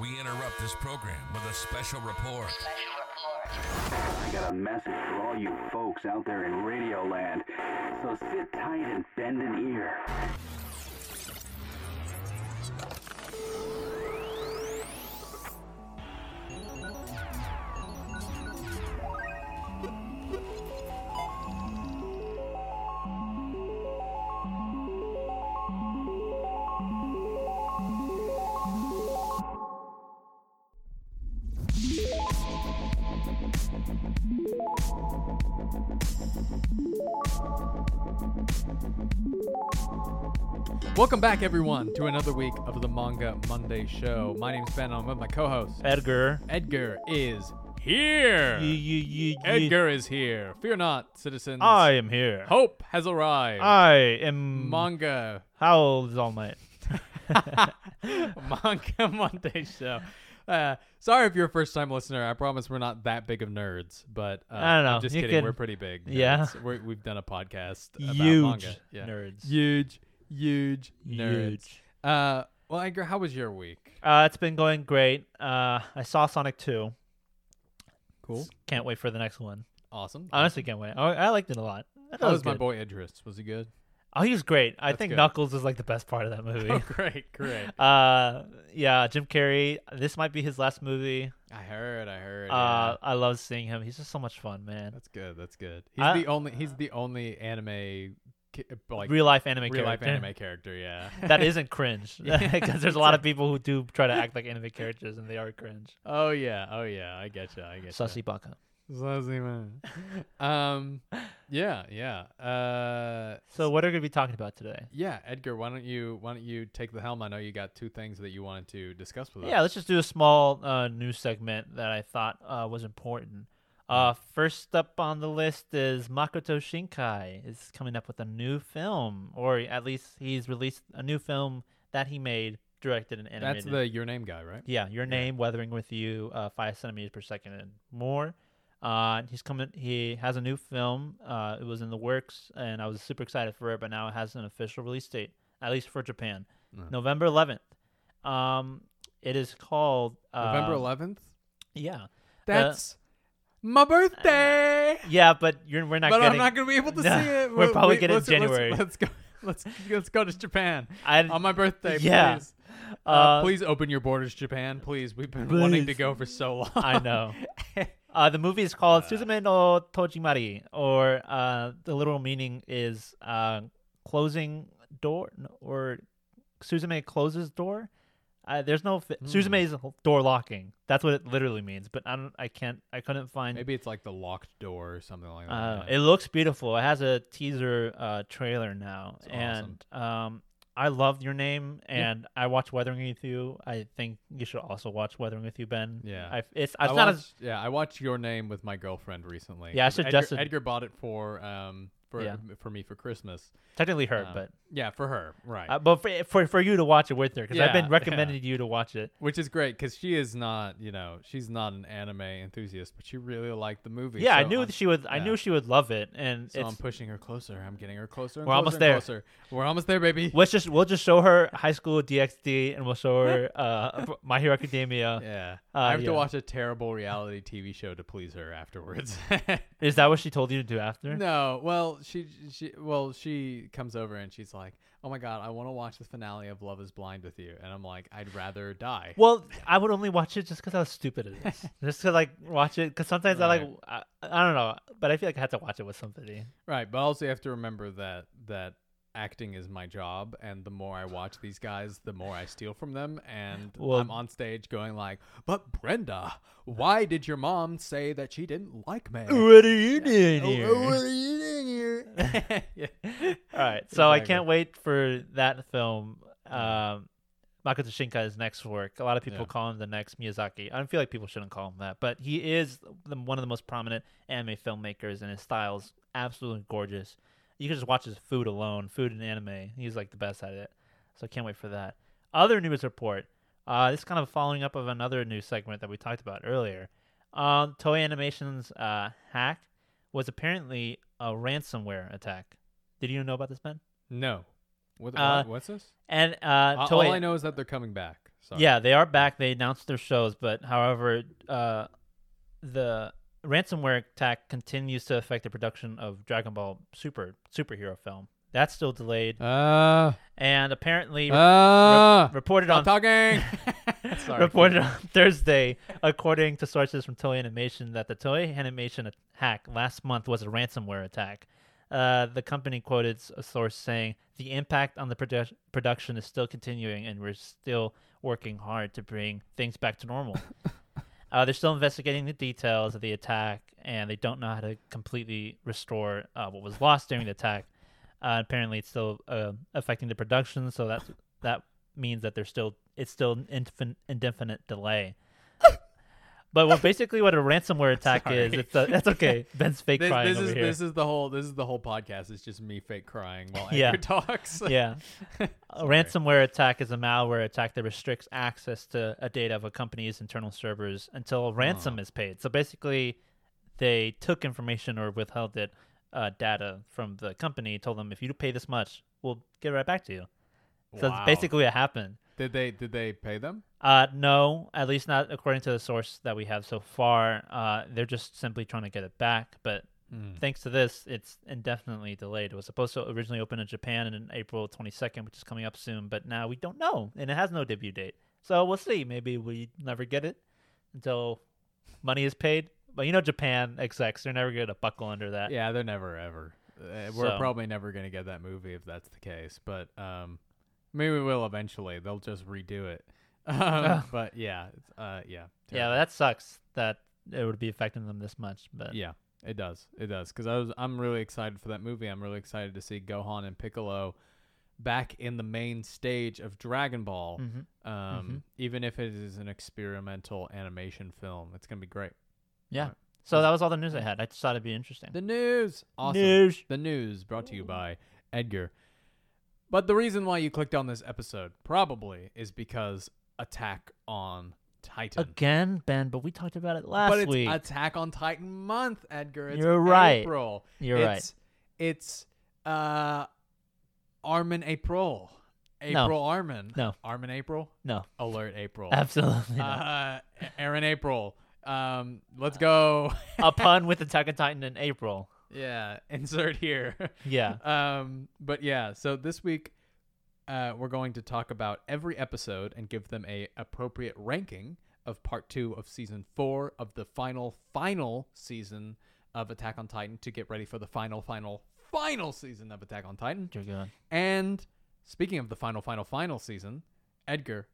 we interrupt this program with a special report. I got a message for all you folks out there in Radio Land. So sit tight and bend an ear. Welcome back, everyone, to another week of the Manga Monday Show. My name's Ben. I'm with my co-host Edgar. Edgar. Is here. Edgar is here. Fear not, citizens. I am here. Hope has arrived. I am. Manga. Howls all night. Manga Monday Show. Uh, sorry if you're a first time listener. I promise we're not that big of nerds, but uh, I don't know. am just You kidding. could- We're pretty big. nerds. Yeah. We're, we've done a podcast about Huge manga. Yeah. nerds. Huge, huge nerds. Huge. Uh, well, Edgar, how was your week? Uh, it's been going great. Uh, I saw Sonic 2. Cool. Can't wait for the next one. Awesome. Honestly, can't wait. I, I liked it a lot. I thought How it was my good. boy Idris? Was he good? Oh, he was great. I That's think good. Knuckles is like the best part of that movie. great, great. Uh, yeah, Jim Carrey. This might be his last movie. I heard, I heard. yeah. Uh, I love seeing him. He's just so much fun, man. That's good. That's good. He's I- the only. He's the only anime, ki- like real life anime real life character. anime character. Yeah. that isn't cringe because Yeah, there's a lot of people who do try to act like anime characters and they are cringe. oh yeah. Oh yeah. I get you. I get Sussy Baka. Sussy man. um. Yeah. Yeah. Uh. So what are we gonna be talking about today? Yeah, Edgar. Why don't you Why don't you take the helm? I know you got two things that you wanted to discuss with us. Yeah, let's just do a small uh, news segment that I thought uh, was important. Uh, Mm. first up on the list is Makoto Shinkai is coming up with a new film, or at least he's released a new film that he made, directed and animated. That's the your name guy, right? Yeah, your name weathering with you uh, five centimeters per second and more. Uh, he's coming. He has a new film. Uh, it was in the works, and I was super excited for it. But now it has an official release date, at least for Japan, Uh-huh. November 11th. Um, it is called uh, November eleventh. Yeah, That's my birthday. yeah, but you're we're not. but getting, I'm not gonna be able to No, see it. we're probably getting let's, January. Let's, let's go. Let's let's go to Japan I- on my birthday. Yeah. Please. Uh, Uh, please open your borders, Japan. Please, we've been wanting to Please. go for so long. I know. Uh, the movie is called Suzume no Tojimari, or uh, the literal meaning is uh, closing door, n- or Suzume closes door. Uh, there's no Hmm. fi- Suzume is door locking. That's what it literally means. But I don't. I can't. I couldn't find. Maybe it's like the locked door or something like that. Uh, yeah. It looks beautiful. It has a teaser uh, trailer now, awesome. and um, I loved your name. And I watched Weathering with You. I think you should also watch Weathering with You, Ben. Yeah. I, it's. I It's not watched, as yeah, I watched Your Name with my girlfriend recently. Yeah, I 'cause Edgar- suggested- Edgar, bought it for um for Yeah. for me for Christmas. technically her, Um, but yeah, for her, right? Uh, but for, for for you to watch it with her, because I've Yeah, been yeah. recommending you to watch it. Which is great because she is not, you know, she's not an anime enthusiast, but she really liked the movie. Yeah, I so knew I'm- she would. I yeah. knew she would love it, and So I'm it's. pushing her closer. I'm getting her closer. And We're closer almost and there. Closer. We're almost there, baby. Let's just we'll just show her High School DxD, and we'll show her uh, My Hero Academia. Yeah. Uh, I have yeah. to watch a terrible reality TV show to please her afterwards. Is that what she told you to do after? no, well, she she well, she comes over and she's like, "Oh my god, I want to watch the finale of Love is Blind with you." And I'm like, "I'd rather die." Well, I would only watch it just because how stupid it is. just to like watch it, because sometimes I like Right. I, I don't know, but I feel like I have to watch it with somebody. Right, but also you have to remember that that acting is my job, and the more I watch these guys, the more I steal from them. And Well- I'm on stage going like, "But Brenda, why did your mom say that she didn't like me? What are you doing Oh, oh, what are you doing here?" Yeah. All right, so I Exactly. can't wait for that film. Um, Makoto Shinkai's next work. A lot of people Yeah. call him the next Miyazaki. I feel like people shouldn't call him that, but he is the, one of the most prominent anime filmmakers, and his style's absolutely gorgeous. You can just watch his food alone, food and anime. He's like the best at it. So I can't wait for that. Other news report. Uh, this is kind of following up of another news segment that we talked about earlier. Um, Toei Animation's uh, hack was apparently a ransomware attack. Did you know about this, Ben? No, what, Uh, what- what's this? And uh, A- Toei, All I know is that they're coming back. Sorry. Yeah, they are back. They announced their shows, but however, uh, the ransomware attack continues to affect the production of Dragon Ball Super superhero film. That's still delayed, Uh, and apparently uh, reported stop on talking. Sorry. reported on Thursday, according to sources from Toei Animation, that the Toei Animation hack last month was a ransomware attack. Uh, the company quoted s- a source saying the impact on the produ- production is still continuing, and we're still working hard to bring things back to normal. uh, they're still investigating the details of the attack, and they don't know how to completely restore uh, what was lost during the attack. Uh, apparently, it's still uh, affecting the production, so that's that means that there's still it's still an infin- indefinite delay. but what basically what a ransomware attack is, Sorry. it's a, that's okay. Ben's fake This, crying this over is here. this is the whole this is the whole podcast. It's just me fake crying while Yeah. Anchor talks. yeah. A ransomware attack is a malware attack that restricts access to a data of a company's internal servers until a ransom is paid. So basically, they took information or withheld it, uh, data from the company, told them if you pay this much, we'll get it right back to you. So Wow. that's basically what happened. Did they did they pay them? Uh, no, at least not according to the source that we have so far. Uh, they're just simply trying to get it back, but Hmm. thanks to this, it's indefinitely delayed. It was supposed to originally open in Japan in April 22nd, which is coming up soon, but now we don't know, and it has no debut date. So we'll see. Maybe we never get it until money is paid. But you know, Japan execs, they're never going to buckle under that. Yeah, they're never ever. Uh, we're Uh, So- probably never gonna get that movie if that's the case. But um, maybe we will eventually. They'll just redo it. Um, but yeah, it's, uh, yeah, Oh. yeah, terrible. that sucks that it would be affecting them this much. But yeah. It does. It does. Because I was, I'm really excited for that movie. I'm really excited to see Gohan and Piccolo back in the main stage of Dragon Ball. Um, Even if it is an experimental animation film, it's gonna be great. yeah. So that was all the news I had. I just thought it'd be interesting. The news. Awesome. News. The news brought to you by Edgar. But the reason why you clicked on this episode probably is because Attack on Titan. Again, Ben, but we talked about it last but it's week. Attack on Titan month, Edgar. It's You're right. April. You're it's, right. It's uh, Armin April. April Armin. No. Armin April. no, Alert April. absolutely not. Uh, Uh, Aaron April. Um, let's go. A pun with Attack on Titan in April. yeah. Insert here. Yeah. um, but yeah, so this week uh, we're going to talk about every episode and give them a appropriate ranking of part two of season four of the final final season of Attack on Titan to get ready for the final final final season of Attack on Titan. You're good. And speaking of the final final final season, Edgar.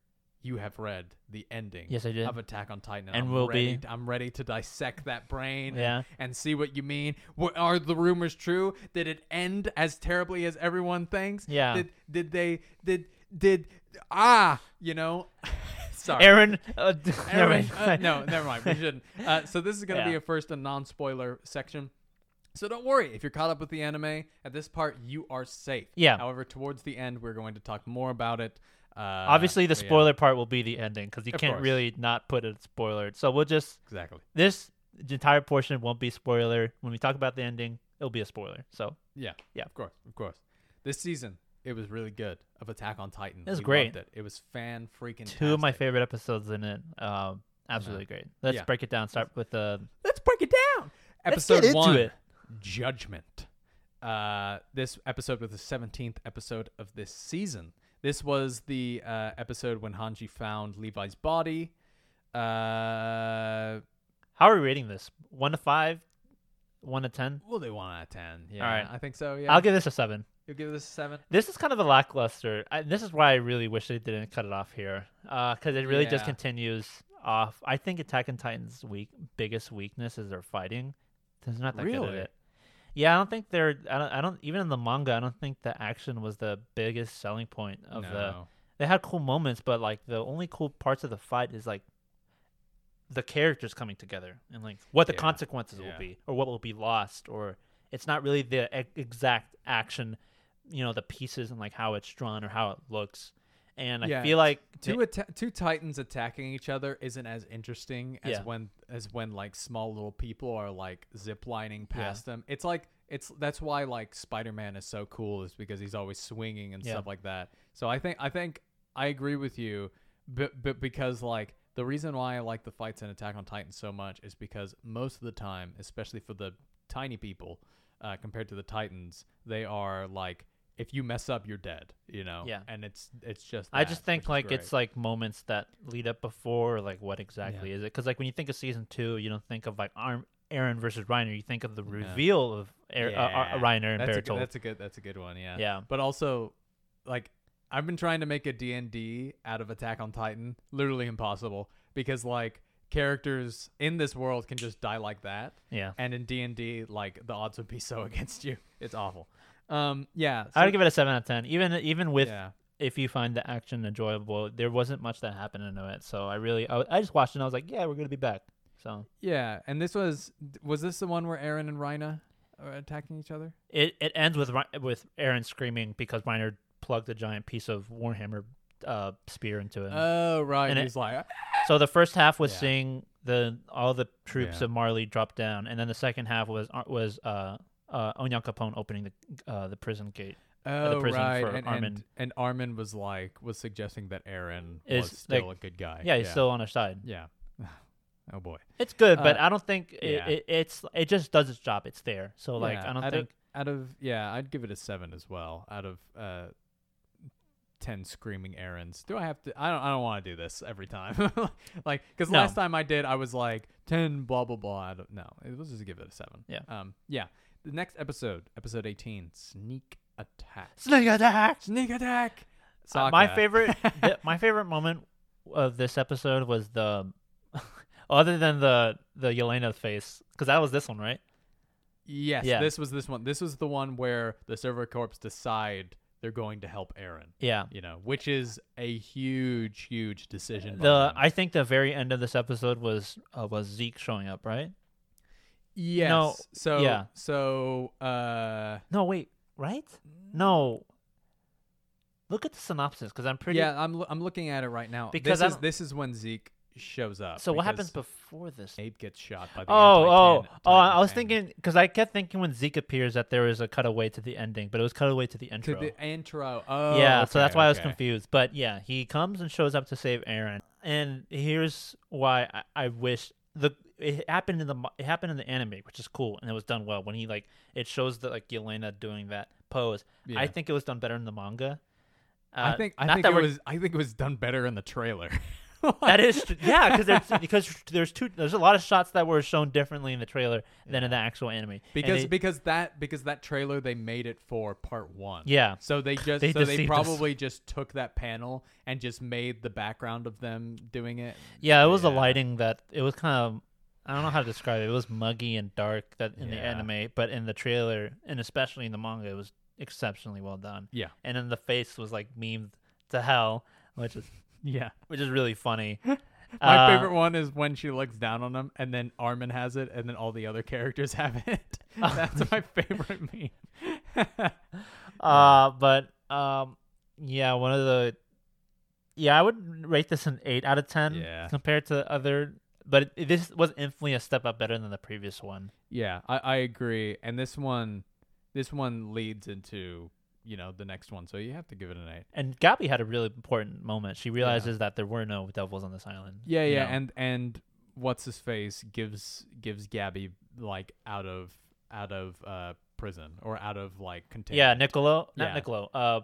You have read the ending Yes, I did. of Attack on Titan. And I'm will be. ready- I'm ready to dissect that brain Yeah. and, and see what you mean. What, are the rumors true? Did it end as terribly as everyone thinks? Yeah. Did, did they, did, did, ah, you know? Sorry. Aaron. Uh, d- never Aaron, mind. uh, no, never mind. We shouldn't. Uh, so this is going to be Yeah. a first and non spoiler section. So don't worry if you're caught up with the anime at this part, you are safe. Yeah. However, towards the end, we're going to talk more about it. Uh, Obviously, the but yeah, spoiler part will be the ending because you Of can't course. really not put a spoiler. So we'll just exactly. this entire portion won't be spoiler. When we talk about the ending, it'll be a spoiler. So Yeah. Yeah. Of course. Of course. This season, it was really good of Attack on Titan. It was We great. loved it. It was fan freaking. two of my favorite episodes in it. Um, absolutely great. Let's Yeah. break it down. Start with uh, the Let's break it down. Let's Episode get into one. it. Judgment. Uh, this episode was the seventeenth episode of this season. This was the uh, episode when Hanji found Levi's body. Uh, how are we rating this? One to five, one to ten. well, they one out of ten. Yeah, All right. I think so. Yeah, I'll give this a seven. you'll give this a seven. This is kind of a lackluster. I, this is why I really wish they didn't cut it off here, because it really just Yeah. continues off. I think Attack on Titan's weak biggest weakness is their fighting. They're not that good Really? at it. Yeah, I don't think they're. I don't. I don't. Even in the manga, I don't think the action was the biggest selling point of the. No. They had cool moments, but like the only cool parts of the fight is like the characters coming together and like what the Yeah. consequences Yeah. will be or what will be lost or it's not really the e- exact action you know the pieces and like how it's drawn or how it looks and i Yeah, feel like two they- atta- two titans attacking each other isn't as interesting as Yeah. when as when like small little people are like ziplining Yeah. past them. It's like it's that's why like Spider-Man is so cool is because he's always swinging and Yeah. stuff like that. So I think I think I agree with you but, but because like the reason why I like the fights in Attack on Titan so much is because most of the time, especially for the tiny people, uh, compared to the Titans, they are like if you mess up, you're dead. You know. Yeah. And it's it's just. I that, just which think is like great. it's like moments that lead up before like what exactly is it? Because like when you think of season two, you don't think of like Arm. Aaron versus Reiner, you think of the reveal of Aar- uh, uh, Reiner and that's a, Bertolt. good, that's a good that's a good one yeah Yeah. but also like i've been trying to make a d&d out of attack on titan literally impossible because like characters in this world can just die like that Yeah. and in d&d like the odds would be so against you it's awful um yeah I so- would give it a seven out of ten. Even even with Yeah. if you find the action enjoyable, there wasn't much that happened in it. So I really I, I just watched it. and I was like, yeah, we're gonna be back. So yeah and this was was this the one where aaron and Rhina are attacking each other it, it ends with Ri- with Aaron screaming because Reiner plugged a giant piece of warhammer uh, spear into him. oh right And it- he's like so the first half was Yeah. seeing the all the troops Yeah. of Marley drop down, and then the second half was was uh, uh, Onyan Capone opening the uh, the prison gate. Oh prison right, for and, Armin. And, and Armin was like was suggesting that Aaron Is, was still like- a good guy. Yeah, he's still on our side. yeah. Oh boy, It's good, but Uh, I don't think it, yeah. it, it's it just does its job. It's there. So like Yeah, I don't out think of, out of yeah, I'd give it a seven as well. Out of uh, ten screaming errands, do I have to? I don't. I don't want to do this every time. like because No. last time I did, I was like ten blah blah blah. Out of, no, it was just give it a seven. Yeah. Um. Yeah. The next episode, episode eighteen, sneak attack. Sneak attack. Sneak attack. Uh, my Sokka. favorite th- my favorite moment of this episode was the other than the the Yelena face cuz that was this one, right? Yes, Yeah. this was this one. This was the one where the server corps decide they're going to help Aaron. Yeah. You know, which is a huge, huge decision. by The them. I think the very end of this episode was uh, was Zeke showing up, right? yes. no, so yeah. so uh No, wait, right? No. Look at the synopsis cuz I'm pretty yeah, I'm lo- I'm looking at it right now. Because I this is don't- this is when Zeke shows up. So what happens because before this? Abe gets shot by the Oh, oh, anti-tan- oh! I was Titan thinking because I kept thinking when Zeke appears that there was a cutaway to the ending, but it was cutaway to the to intro. the intro. Oh, yeah, so okay, that's why I was okay. confused. But yeah, he comes and shows up to save Aaron, and here's why I, I wish the it happened in the mo- it happened in the anime, which is cool, and it was done well. When he like it shows that like Yelena doing that pose, Yeah. I think it was done better in the manga. Uh, I think I not think that it we're- was I think it was done better in the trailer. that is tr- yeah because there's because there's two there's a lot of shots that were shown differently in the trailer than in the actual anime And because they- because that because that trailer they made it for part one. Yeah. So they just They so they deceived us. probably just took that panel and just made the background of them doing it. Yeah, it was the Yeah. lighting that it was kind of I don't know how to describe it. It was muggy and dark that in the Yeah. anime, but in the trailer and especially in the manga, it was exceptionally well done. Yeah. And then the face was like memed to hell, which is Yeah. which is really funny. My Uh, favorite one is when she looks down on him and then Armin has it and then all the other characters have it. That's Oh my favorite meme. Uh, but um, yeah, one of the yeah, I would rate this an eight out of ten Yeah. compared to other. But it, this was infinitely a step up better than the previous one. yeah, I, I agree. And this one this one leads into, you know, the next one. So you have to give it an eight. And Gabby had a really important moment. She realizes that there were no devils on this island. Yeah, you yeah, know? and and what's his face gives gives Gabby like out of out of uh prison or out of like containment. yeah, Niccolo, not Yeah. Niccolo. Uh,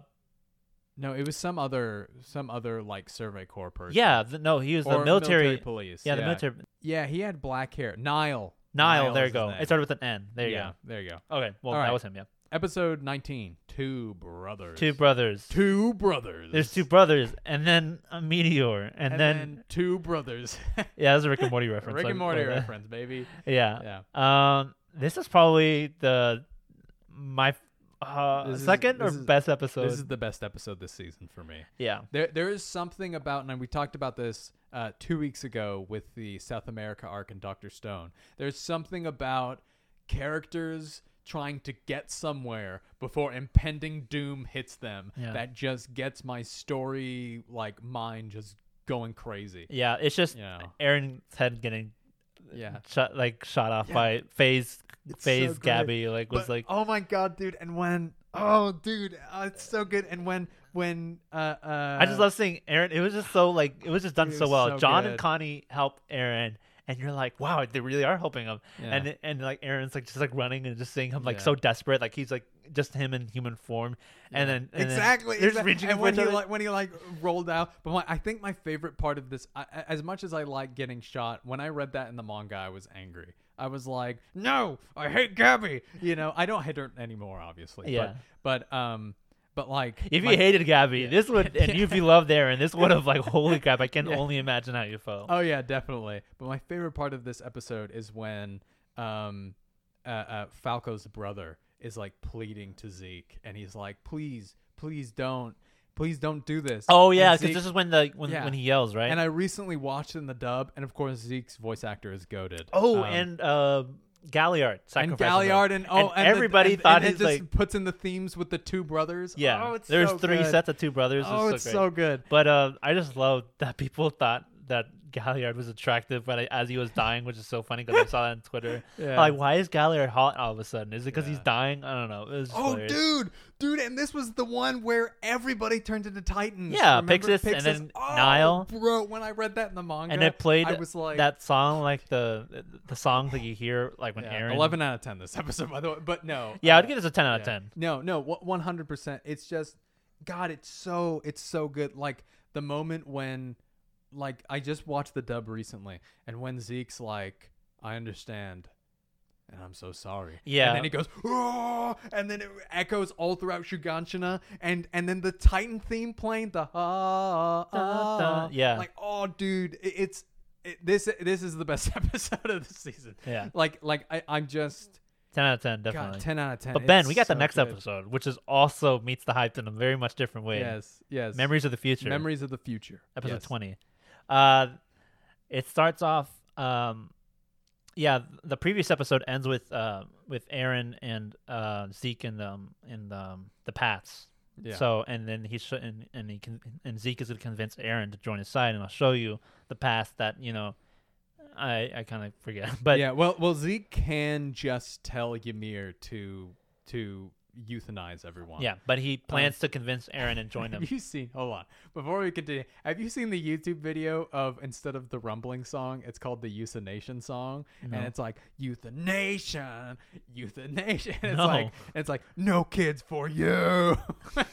No, it was some other some other like survey corps person. yeah, th- no, he was or the military. police. yeah, the military. Yeah, he had black hair. Nile. Nile, there is his you go. name. It started with an N. There you yeah, there you go. go. Okay, well All that right. was him. Yeah, Episode 19, Two Brothers. two brothers. Two brothers. There's two brothers, and then a meteor, and, and then, then two brothers. yeah, that's a Rick and Morty reference. Rick I- and Morty uh, reference, baby. Yeah. Yeah. Um, this is probably the my uh, This is- second or this is- best episode. This is the best episode this season for me. yeah. There, there is something about, and we talked about this uh, two weeks ago with the South America arc and Doctor Stone. There's something about characters trying to get somewhere before impending doom hits them Yeah. that just gets my story like mind just going crazy. Yeah, it's just Yeah. Aaron's head getting Yeah. shot like shot off by phase phase so great. Gabby like was But- like oh my god, dude! And when Oh, dude, uh, it's so good. And when when uh, uh I just love seeing Aaron. It was just so like it was just done It so was well. so John good. and Connie help Aaron, and you're like, wow, they really are helping him. Yeah. And and like Aaron's like just like running and just seeing him like Yeah. so desperate, like he's like just him in human form, and then and then exactly. they're just exactly. reaching and for when each he other. like when he like rolled out. But my, I think my favorite part of this, I, I- as much as I like getting shot, when I read that in the manga, I was angry. I was like, no, I hate Gabby. You know, I don't hate her anymore, obviously. Yeah. But, but um, but like if you my- hated Gabby, this would and if you loved Aaron, this would have like holy crap! I can only imagine how you felt. Oh yeah, definitely. But my favorite part of this episode is when um, uh, uh, Falco's brother is like pleading to Zeke, and he's like, "Please, please don't, please don't do this." Oh And yeah, because Zeke- this is when the when Yeah. when he yells right. And I recently watched it in the dub, and of course Zeke's voice actor is goaded. oh, and uh, Um, Galliard and sacrifices him. Galliard and oh, and, the- everybody and- thought and it he's just like puts in the themes with the two brothers. yeah. oh, it's There's so three good. sets of two brothers. Oh, it's great. so good. But uh, I just love that people thought that Galliard was attractive, but I, as he was dying, which is so funny because I saw that on Twitter. Yeah. Like, why is Galliard hot all of a sudden? Is it because he's dying? I don't know. It was just Oh, hilarious. dude, dude, and this was the one where everybody turned into titans. Yeah, Remember Oh, Pixis and then Nile. Bro, when I read that in the manga, And it played I was like, that song, like the the song that you hear, like when yeah, Aaron. eleven out of ten this episode, by the way. But no, Yeah, I'd uh, give this a ten out yeah. of ten. No, no, one hundred percent. It's just, God, it's so, it's so good. Like the moment when, like, I just watched the dub recently, and when Zeke's like, I understand. And I'm so sorry. Yeah. And then he goes, "Oh," and then it echoes all throughout Shuganshina, and and then the Titan theme playing, the ah, ah, da. Yeah. like oh, dude, it, it's it, this this is the best episode of the season. Yeah. like like I, I'm just Ten out of ten, definitely. God, ten out of ten. But Ben, It's we got the so next good. episode, which is also meets the hype in a very much different way. Yes, yes. Memories of the Future. Memories of the future. episode Yes. 20 uh it starts off um yeah the previous episode ends with uh with aaron and uh zeke in the in the, um, the paths Yeah. so and then he sh- and, and he can and zeke is going to convince aaron to join his side and i'll show you the path that you know i i kind of forget but yeah, well, well, Zeke can just tell Ymir to to euthanize everyone. yeah but Uh-huh. he plans to convince aaron and join them Have you seen? Hold on. Before we continue, have you seen the YouTube video of instead of the rumbling song, it's called the euthanation song, and it's like euthanation, euthanation. It's No. like it's like no kids for you.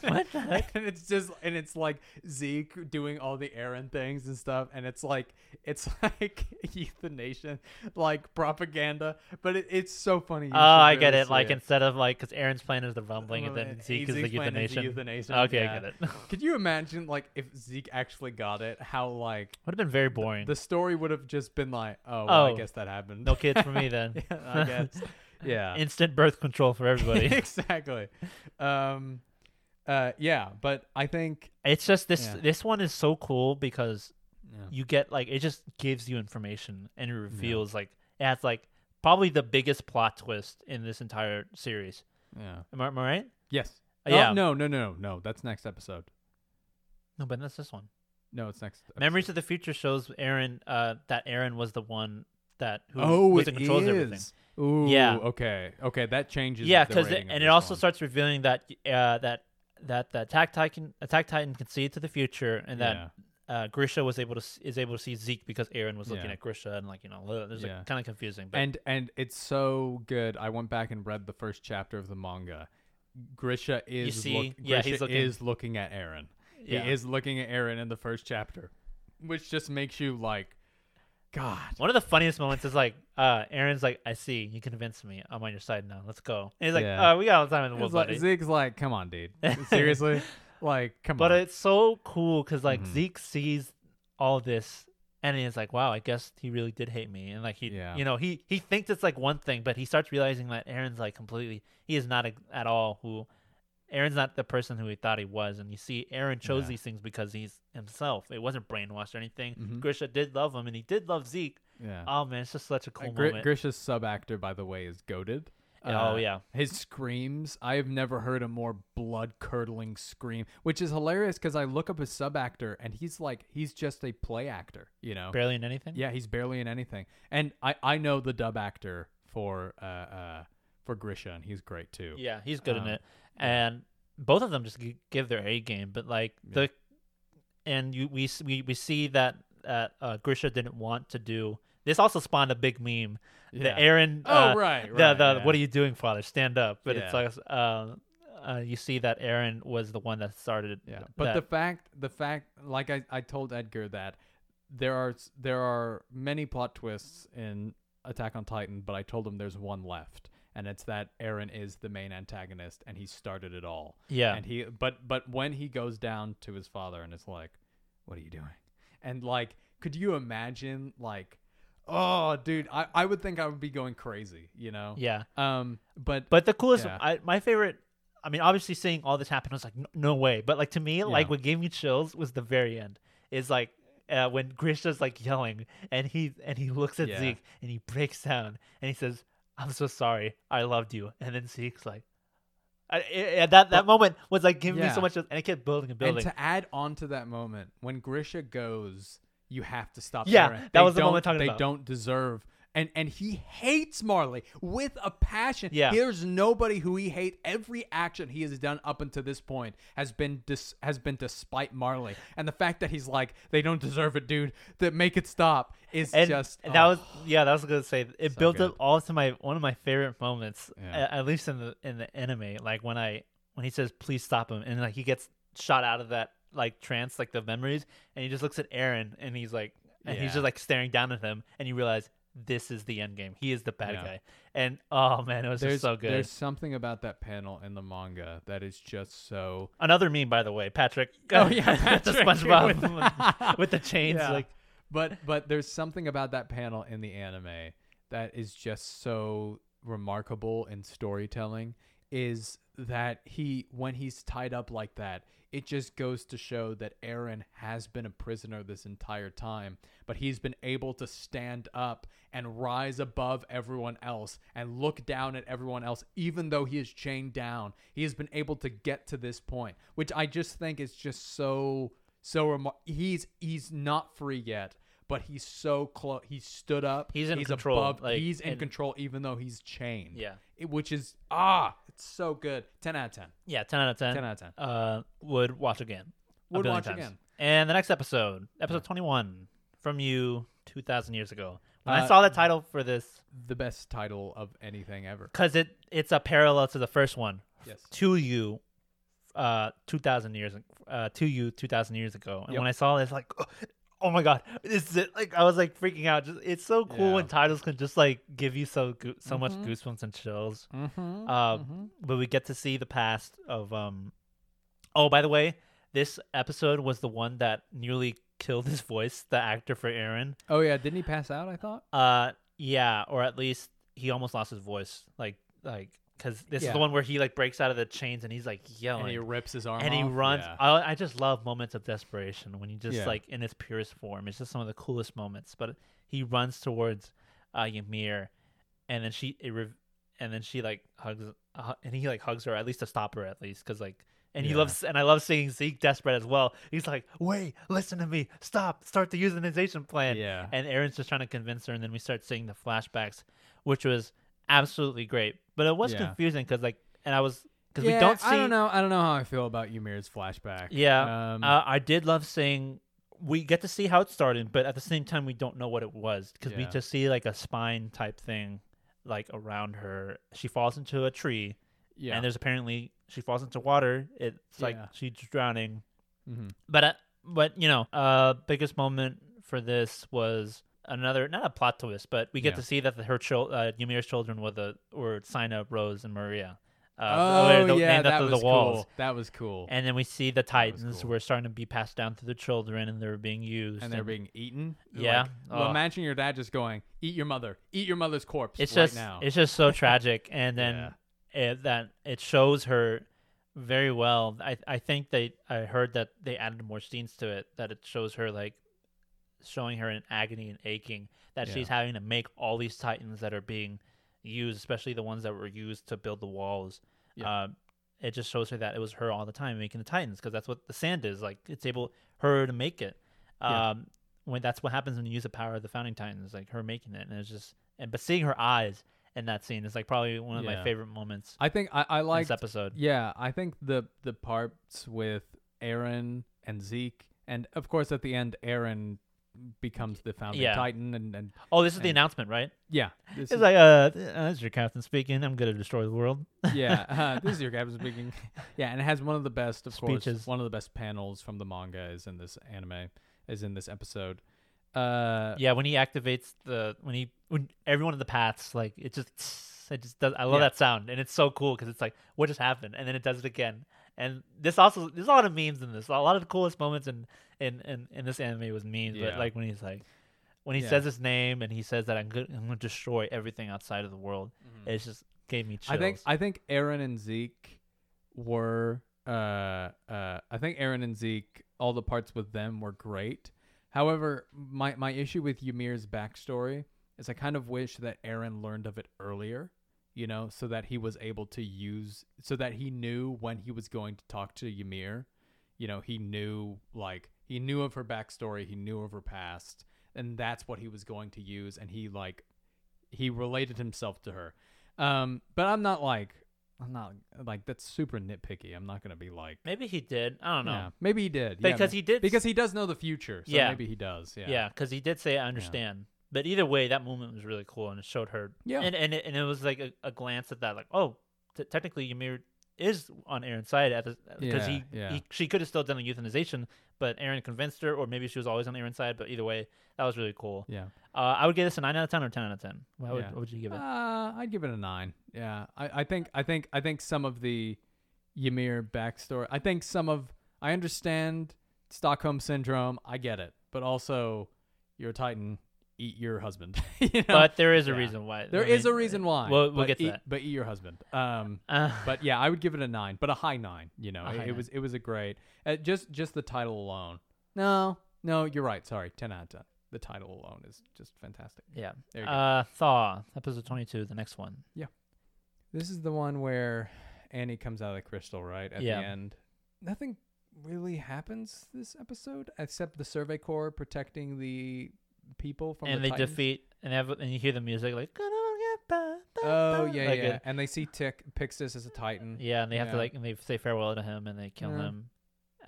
what the heck? And it's just and it's like Zeke doing all the errand things and stuff, and it's like it's like euthanation, like propaganda, but it, it's so funny. You Oh, should I get really it. see Like instead of like, because Aaron's plan is the rumbling, and then Rumbling, Zeke is the Zeke's plan is the euthanasia. euthanasia, Okay, yeah. I get it. Could you imagine like if Zeke actually got it, how like Would have been very boring. the story would have just been like, oh, well, I Oh, guess that happened. no kids for me then. Yeah, I guess. Yeah. Instant birth control for everybody. exactly. Um, uh, yeah, but I think it's just this Yeah. this one is so cool because Yeah. you get like it just gives you information and it reveals like it has like probably the biggest plot twist in this entire series. yeah. Am I, am I right? Yes. Uh, yeah. Oh, no, no, no, no. That's next episode. No, but that's this one. No, it's next. Episode. Memories of the Future shows Aaron uh that Aaron was the one that who Oh, was it the controls everything. is. Ooh. Yeah. Okay. Okay. That changes. yeah the because rating of and it this also one. starts revealing that uh that that the attack titan attack titan can see to the future and that uh grisha was able to s- is able to see zeke because aaron was looking Yeah. at grisha and like you know ugh, there's Yeah. like kind of confusing but and and it's so good. I went back and read the first chapter of the manga. Grisha is see? look- Yeah, Grisha he's looking- is looking at Aaron. Yeah. He is looking at Aaron in the first chapter, which just makes you like, God. one of the funniest moments is like uh aaron's like i see you convinced me i'm on your side now let's go and he's like Yeah. uh, we got all the time in the It's world like, buddy. Zeke's like, come on, dude, seriously, like, come but on. it's so cool because like Mm-hmm. zeke sees all this and he's like wow i guess he really did hate me and like he Yeah. you know he he thinks it's like one thing but he starts realizing that aaron's like completely he is not a, at all who aaron's not the person who he thought he was and you see aaron chose Yeah. these things because he's himself it wasn't brainwashed or anything grisha did love him and he did love zeke Mm-hmm. yeah. oh man it's just such a cool Uh, Gri- moment Grisha's sub actor, by the way, is goaded. Uh, Yeah, oh, yeah. his screams. I have never heard a more blood curdling scream, which is hilarious because I look up his sub actor and he's like he's just a play actor, you know. barely in anything Yeah, he's barely in anything, and I I know the dub actor for uh, uh for Grisha, and he's great too. Yeah, he's good Um, in it, and both of them just g- give their A game. But like the, and you we s- we we see that uh, uh, Grisha didn't want to do. This also spawned a big meme. Yeah. The Aaron. Oh, uh, right, The, right, the yeah. what are you doing, father? Stand up. But Yeah. it's like, uh, uh, you see that Aaron was the one that started. Yeah, th- but that, the fact, the fact, like I, I told Edgar that there are s- there are many plot twists in Attack on Titan, but I told him there's one left, and it's that Eren is the main antagonist, and he started it all. Yeah. and he, but but when he goes down to his father and is like, "What are you doing?" and like, could you imagine like, oh, dude, I I would think I would be going crazy, you know? yeah. Um, but But the coolest, Yeah. I, my favorite. I mean, obviously, seeing all this happen, I was like, no, no way. But like to me, like what gave me chills was the very end. Is like uh, when Grisha's like yelling, and he and he looks at Yeah. Zeke, and he breaks down, and he says, "I'm so sorry, I loved you." And then Zeke's like, I, I- I- that that moment was like giving me yeah. so much, and it kept building and building. And to add on to that moment, when Grisha goes, you have to stop. Yeah, Aaron. that They was the moment don't- I'm talking they about. don't deserve. And and he hates Marley with a passion. Yeah. there's nobody who he hates. Every action he has done up until this point has been dis- has been despite Marley. And the fact that he's like, they don't deserve it, dude. That make it stop is and just that oh. was yeah that was gonna say it built up good. all to my one of my favorite moments a- Yeah. at, least in the in the anime like when i when he says please stop him and like he gets shot out of that like trance like the memories and he just looks at aaron and he's like and he's Yeah. just like staring down at him and you realize this is the end game he is the bad Yeah. guy and oh man it was there's just so good There's something about that panel in the manga that is just so. another meme by the way patrick Oh, yeah, the Patrick spongebob with, the chains Yeah. like but but there's something about that panel in the anime that is just so remarkable in storytelling is that he when he's tied up like that it just goes to show that Aaron has been a prisoner this entire time but he's been able to stand up and rise above everyone else and look down at everyone else even though he is chained down he has been able to get to this point which i just think is just so so remar- he's he's not free yet, but he's so close. He stood up. He's in control, Above, like, he's in and- control, even though he's chained. Yeah. It- which is ah, it's so good. Ten out of ten. Yeah, ten out of ten. 10 out of 10. Uh, would watch again. a Would billion watch times. again. And the next episode, episode twenty-one, from you two thousand years ago. When Uh, I saw the title for this, The best title of anything ever. because it it's a parallel to the first one, Yes. to you, uh, two thousand years, uh, to you two thousand years ago. And Yep. when I saw this, like, oh, oh my god, this is it. Like I was like freaking out. Just it's so cool Yeah. when titles can just like give you so goo so much goosebumps and chills. Mm-hmm. Uh, But we get to see the past of. um Oh, by the way, this episode was the one that nearly killed his voice, the actor for Aaron. Oh yeah, didn't he pass out? I thought. Uh, yeah, or at least he almost lost his voice. Like, like because this is Yeah. the one where he like breaks out of the chains and he's like yelling. And he rips his arm and he off? runs. Uh-huh. Yeah. I, I just love moments of desperation when you just Yeah. like in its purest form. It's just some of the coolest moments. But he runs towards uh, Ymir, and then she it rev- and then she like hugs uh, and he like hugs her at least to stop her at least because like and he Yeah. loves and I love seeing Zeke desperate as well. He's like, wait, listen to me, stop, start the euthanization plan. Yeah. and Aaron's just trying to convince her, and then we start seeing the flashbacks, which was absolutely great. But it was Yeah. confusing because like and I was. Because Yeah, we don't see I don't know. I don't know how I feel about Ymir's flashback. yeah, Um, uh, I did love seeing. We get to see how it started, but at the same time, we don't know what it was because we Yeah. just see like a spine type thing, like around her. She falls into a tree, yeah. and there's apparently she falls into water. It's like Yeah. she's drowning. Mhm. But uh, but you know, uh, biggest moment for this was another not a plot twist, but we get Yeah. to see that the, her chil- uh, Ymir's children were the were Sina, Rose, and Maria. Uh, oh the- yeah, named that after was the walls. cool. That was cool. And then we see the Titans cool. were starting to be passed down to the children, and they're being used. and they're being eaten. Yeah. Uh, Like, well, Ugh. imagine your dad just going, "Eat your mother, eat your mother's corpse." It's right just now. it's just so tragic, and then it, that it shows her very well. I I think they I heard that they added more scenes to it that it shows her like showing her in agony and aching that she's Yeah. having to make all these Titans that are being used, especially the ones that were used to build the walls. Yeah. Um, it just shows her that it was her all the time making the Titans because that's what the sand is like. It's able her to make it. Yeah. Um, when that's what happens when you use the power of the founding Titans, like her making it, and it's just and but seeing her eyes in that scene. It's like probably one of my Yeah. favorite moments I think I, I in like this episode. Yeah, I think the the parts with Aaron and Zeke, and of course at the end Aaron becomes the founding Yeah. titan, and, and Oh, this is the and- announcement, right? yeah, this It's is, like, uh, th- uh, this is your captain speaking. I'm gonna destroy the world. yeah, uh, this is your captain speaking. Yeah, and it has one of the best, of course, Speeches. one of the best panels from the manga is in this anime, is in this episode. Uh, yeah, when he activates the when he when every one of the paths, like it just it just does. I love Yeah. that sound, and it's so cool because it's like what just happened, and then it does it again. And this also there's a lot of memes in this. A lot of the coolest moments in in in, in this anime was memes, Yeah. but like when he's like when he Yeah. says his name and he says that I'm good, I'm gonna destroy everything outside of the world. It just gave me chills. Mm-hmm. I think I think Aaron and Zeke were uh uh I think Aaron and Zeke all the parts with them were great. However, my my issue with Ymir's backstory is I kind of wish that Aaron learned of it earlier, you know, so that he was able to use so that he knew when he was going to talk to Ymir. You know, he knew like he knew of her backstory, he knew of her past, and that's what he was going to use and he like he related himself to her. Um, but I'm not like I'm not like that's super nitpicky. I'm not gonna be like maybe he did. I don't know. yeah, maybe he did yeah, Because ma- he did- because he does know the future. So Yeah. maybe he does. Yeah. Yeah, because he did say I understand. But either way, that moment was really cool, and it showed her. Yeah. and and it, and it was like a, a glance at that, like oh, t- technically Ymir is on Aaron's side at because Yeah, he, yeah. he she could have still done the euthanization, but Aaron convinced her, or maybe she was always on Aaron's side. But either way, that was really cool. Yeah. Uh, I would give this a nine out of ten or ten out of ten. How would, Yeah. what would you give it? Uh, I'd give it a nine. Yeah. I, I think I think I think some of the Ymir backstory. I think some of I understand Stockholm syndrome. I get it, but also you're a Titan. Eat your husband. you know? but there is a yeah. reason why. there I mean, uh, is a reason why. We'll, we'll but e get to eat, that. But eat your husband. Um. Uh, but yeah, I would give it a nine, but a high nine. You know, A high it, it nine. was it was a great uh, just just the title alone. No, no, you're right. Sorry, ten out of ten. The title alone is just fantastic. yeah. There you go. Uh, Thaw, episode twenty-two, the next one. This is the one where Annie comes out of the crystal, right at Yeah. the end. Nothing really happens this episode except the Survey Corps protecting the people from and the they Titans. defeat and they have and you hear the music like "Gonna get by, by, Oh by," yeah, like yeah, it- and they see Tick Pixis as a Titan. yeah and they have Yeah. to like and they say farewell to him and they kill Yeah. him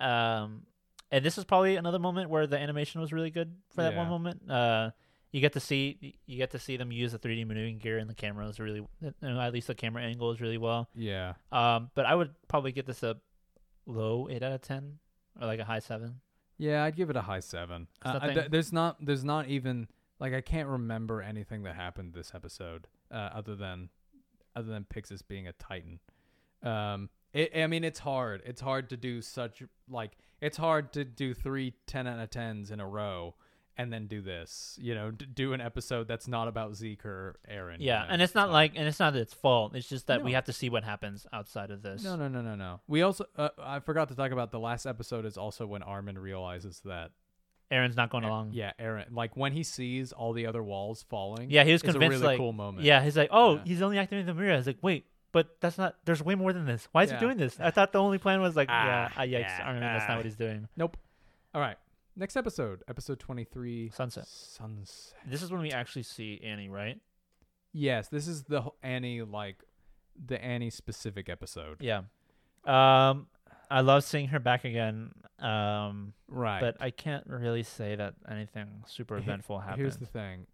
um and this is probably another moment where the animation was really good for that one Yeah. moment uh you get to see y- you get to see them use the 3d maneuvering gear and the camera is really you know, at least the camera angle is really well yeah. um but i would probably get this a low 8 out of 10 or like a high 7 Yeah, I'd give it a high seven. There's Uh, I- nothing- th- there's not. There's not even like I can't remember anything that happened this episode uh, other than other than Pixis being a Titan. Um, it, I mean, it's hard. It's hard to do such like it's hard to do three 10 out of tens in a row and then do this. You know, d- do an episode that's not about Zeke or Aaron. you yeah know, and it's not so- like and it's not its fault it's just that we No. have to see what happens outside of this No, no, no, no, no. We also uh, I forgot to talk about the last episode is also when Armin realizes that aaron's not going along Yeah, Aaron. Like when he sees all the other walls falling. Yeah, he was it's a convinced. really like, cool moment. Yeah, he's like, oh, Yeah. he's only activating the mirror. I was like, wait, but that's not. There's way more than this. Why is Yeah. he doing this? I thought the only plan was like, yeah, Ah, ah, yikes, yeah, Iron Man, that's ah. not what he's doing. Nope. All right. Next episode, episode twenty-three. Sunset. Sunset. This is when we actually see Annie, right? Yes, this is the wh- Annie like the Annie specific episode. Yeah. Um, I love seeing her back again. Um, Right. but I can't really say that anything super Here- eventful happened. Here's the thing.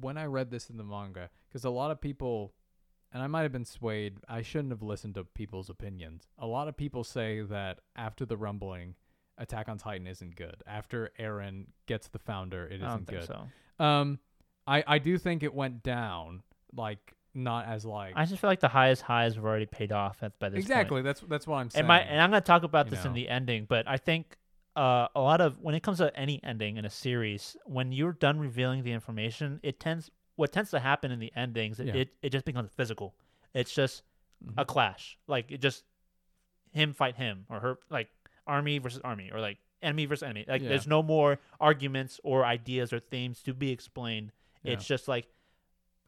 When I read this in the manga, because a lot of people, and I might have been swayed, I shouldn't have listened to people's opinions. A lot of people say that after the rumbling, Attack on Titan isn't good. After Aaron gets the founder, it I isn't don't think good. so. Um, I I do think it went down, like not as like I just feel like the highest highs were already paid off at by this point. exactly. That's that's what I'm saying. And my and I'm gonna talk about you this know. in the ending, but I think uh, a lot of when it comes to any ending in a series, when you're done revealing the information, it tends what tends to happen in the endings, it Yeah. Mm-hmm. it, it just becomes physical. It's just a clash, like it just him fight him or her, like army versus army or like enemy versus enemy. Like Yeah. there's no more arguments or ideas or themes to be explained. It's just like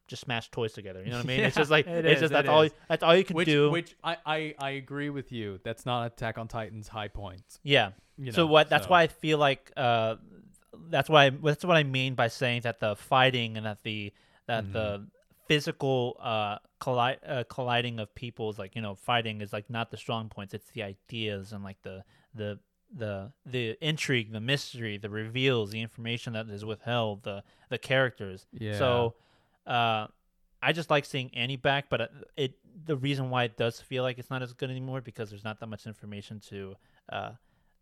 just smash toys together. You know what I mean? it's Yeah, just like it it's is, just it that's all is. that's all you can which do. which I, I I agree with you. That's not Attack on Titan's high points. Yeah. You so know, what? That's so- why I feel like uh, Mm-hmm. that's why that's what I mean by saying that the fighting and that the that the physical uh, colli- uh colliding of people's like you know fighting is like not the strong points it's the ideas and like the the the the intrigue the mystery the reveals the information that is withheld the the characters Yeah. so uh i just like seeing annie back but uh, it the reason why it does feel like it's not as good anymore because there's not that much information to uh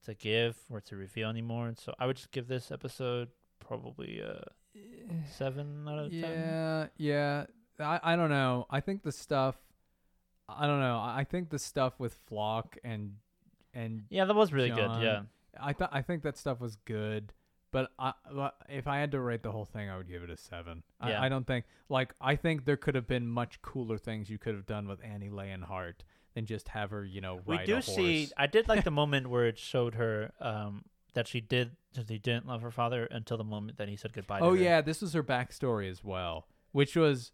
to give or to reveal anymore and so i would just give this episode probably uh seven out of ten Yeah, yeah. I, I don't know. I think the stuff. I don't know. I I think the stuff with Flock and and Yeah, that was really John, good. Yeah. I thought I think that stuff was good, but I but if I had to rate the whole thing, I would give it a seven. Yeah. I, I don't think like I think there could have been much cooler things you could have done with Annie Leonhardt than just have her, you know, We ride do a see horse. I did like the moment where it showed her um that she did that she didn't love her father until the moment that he said goodbye to Oh her. yeah, this was her backstory as well, which was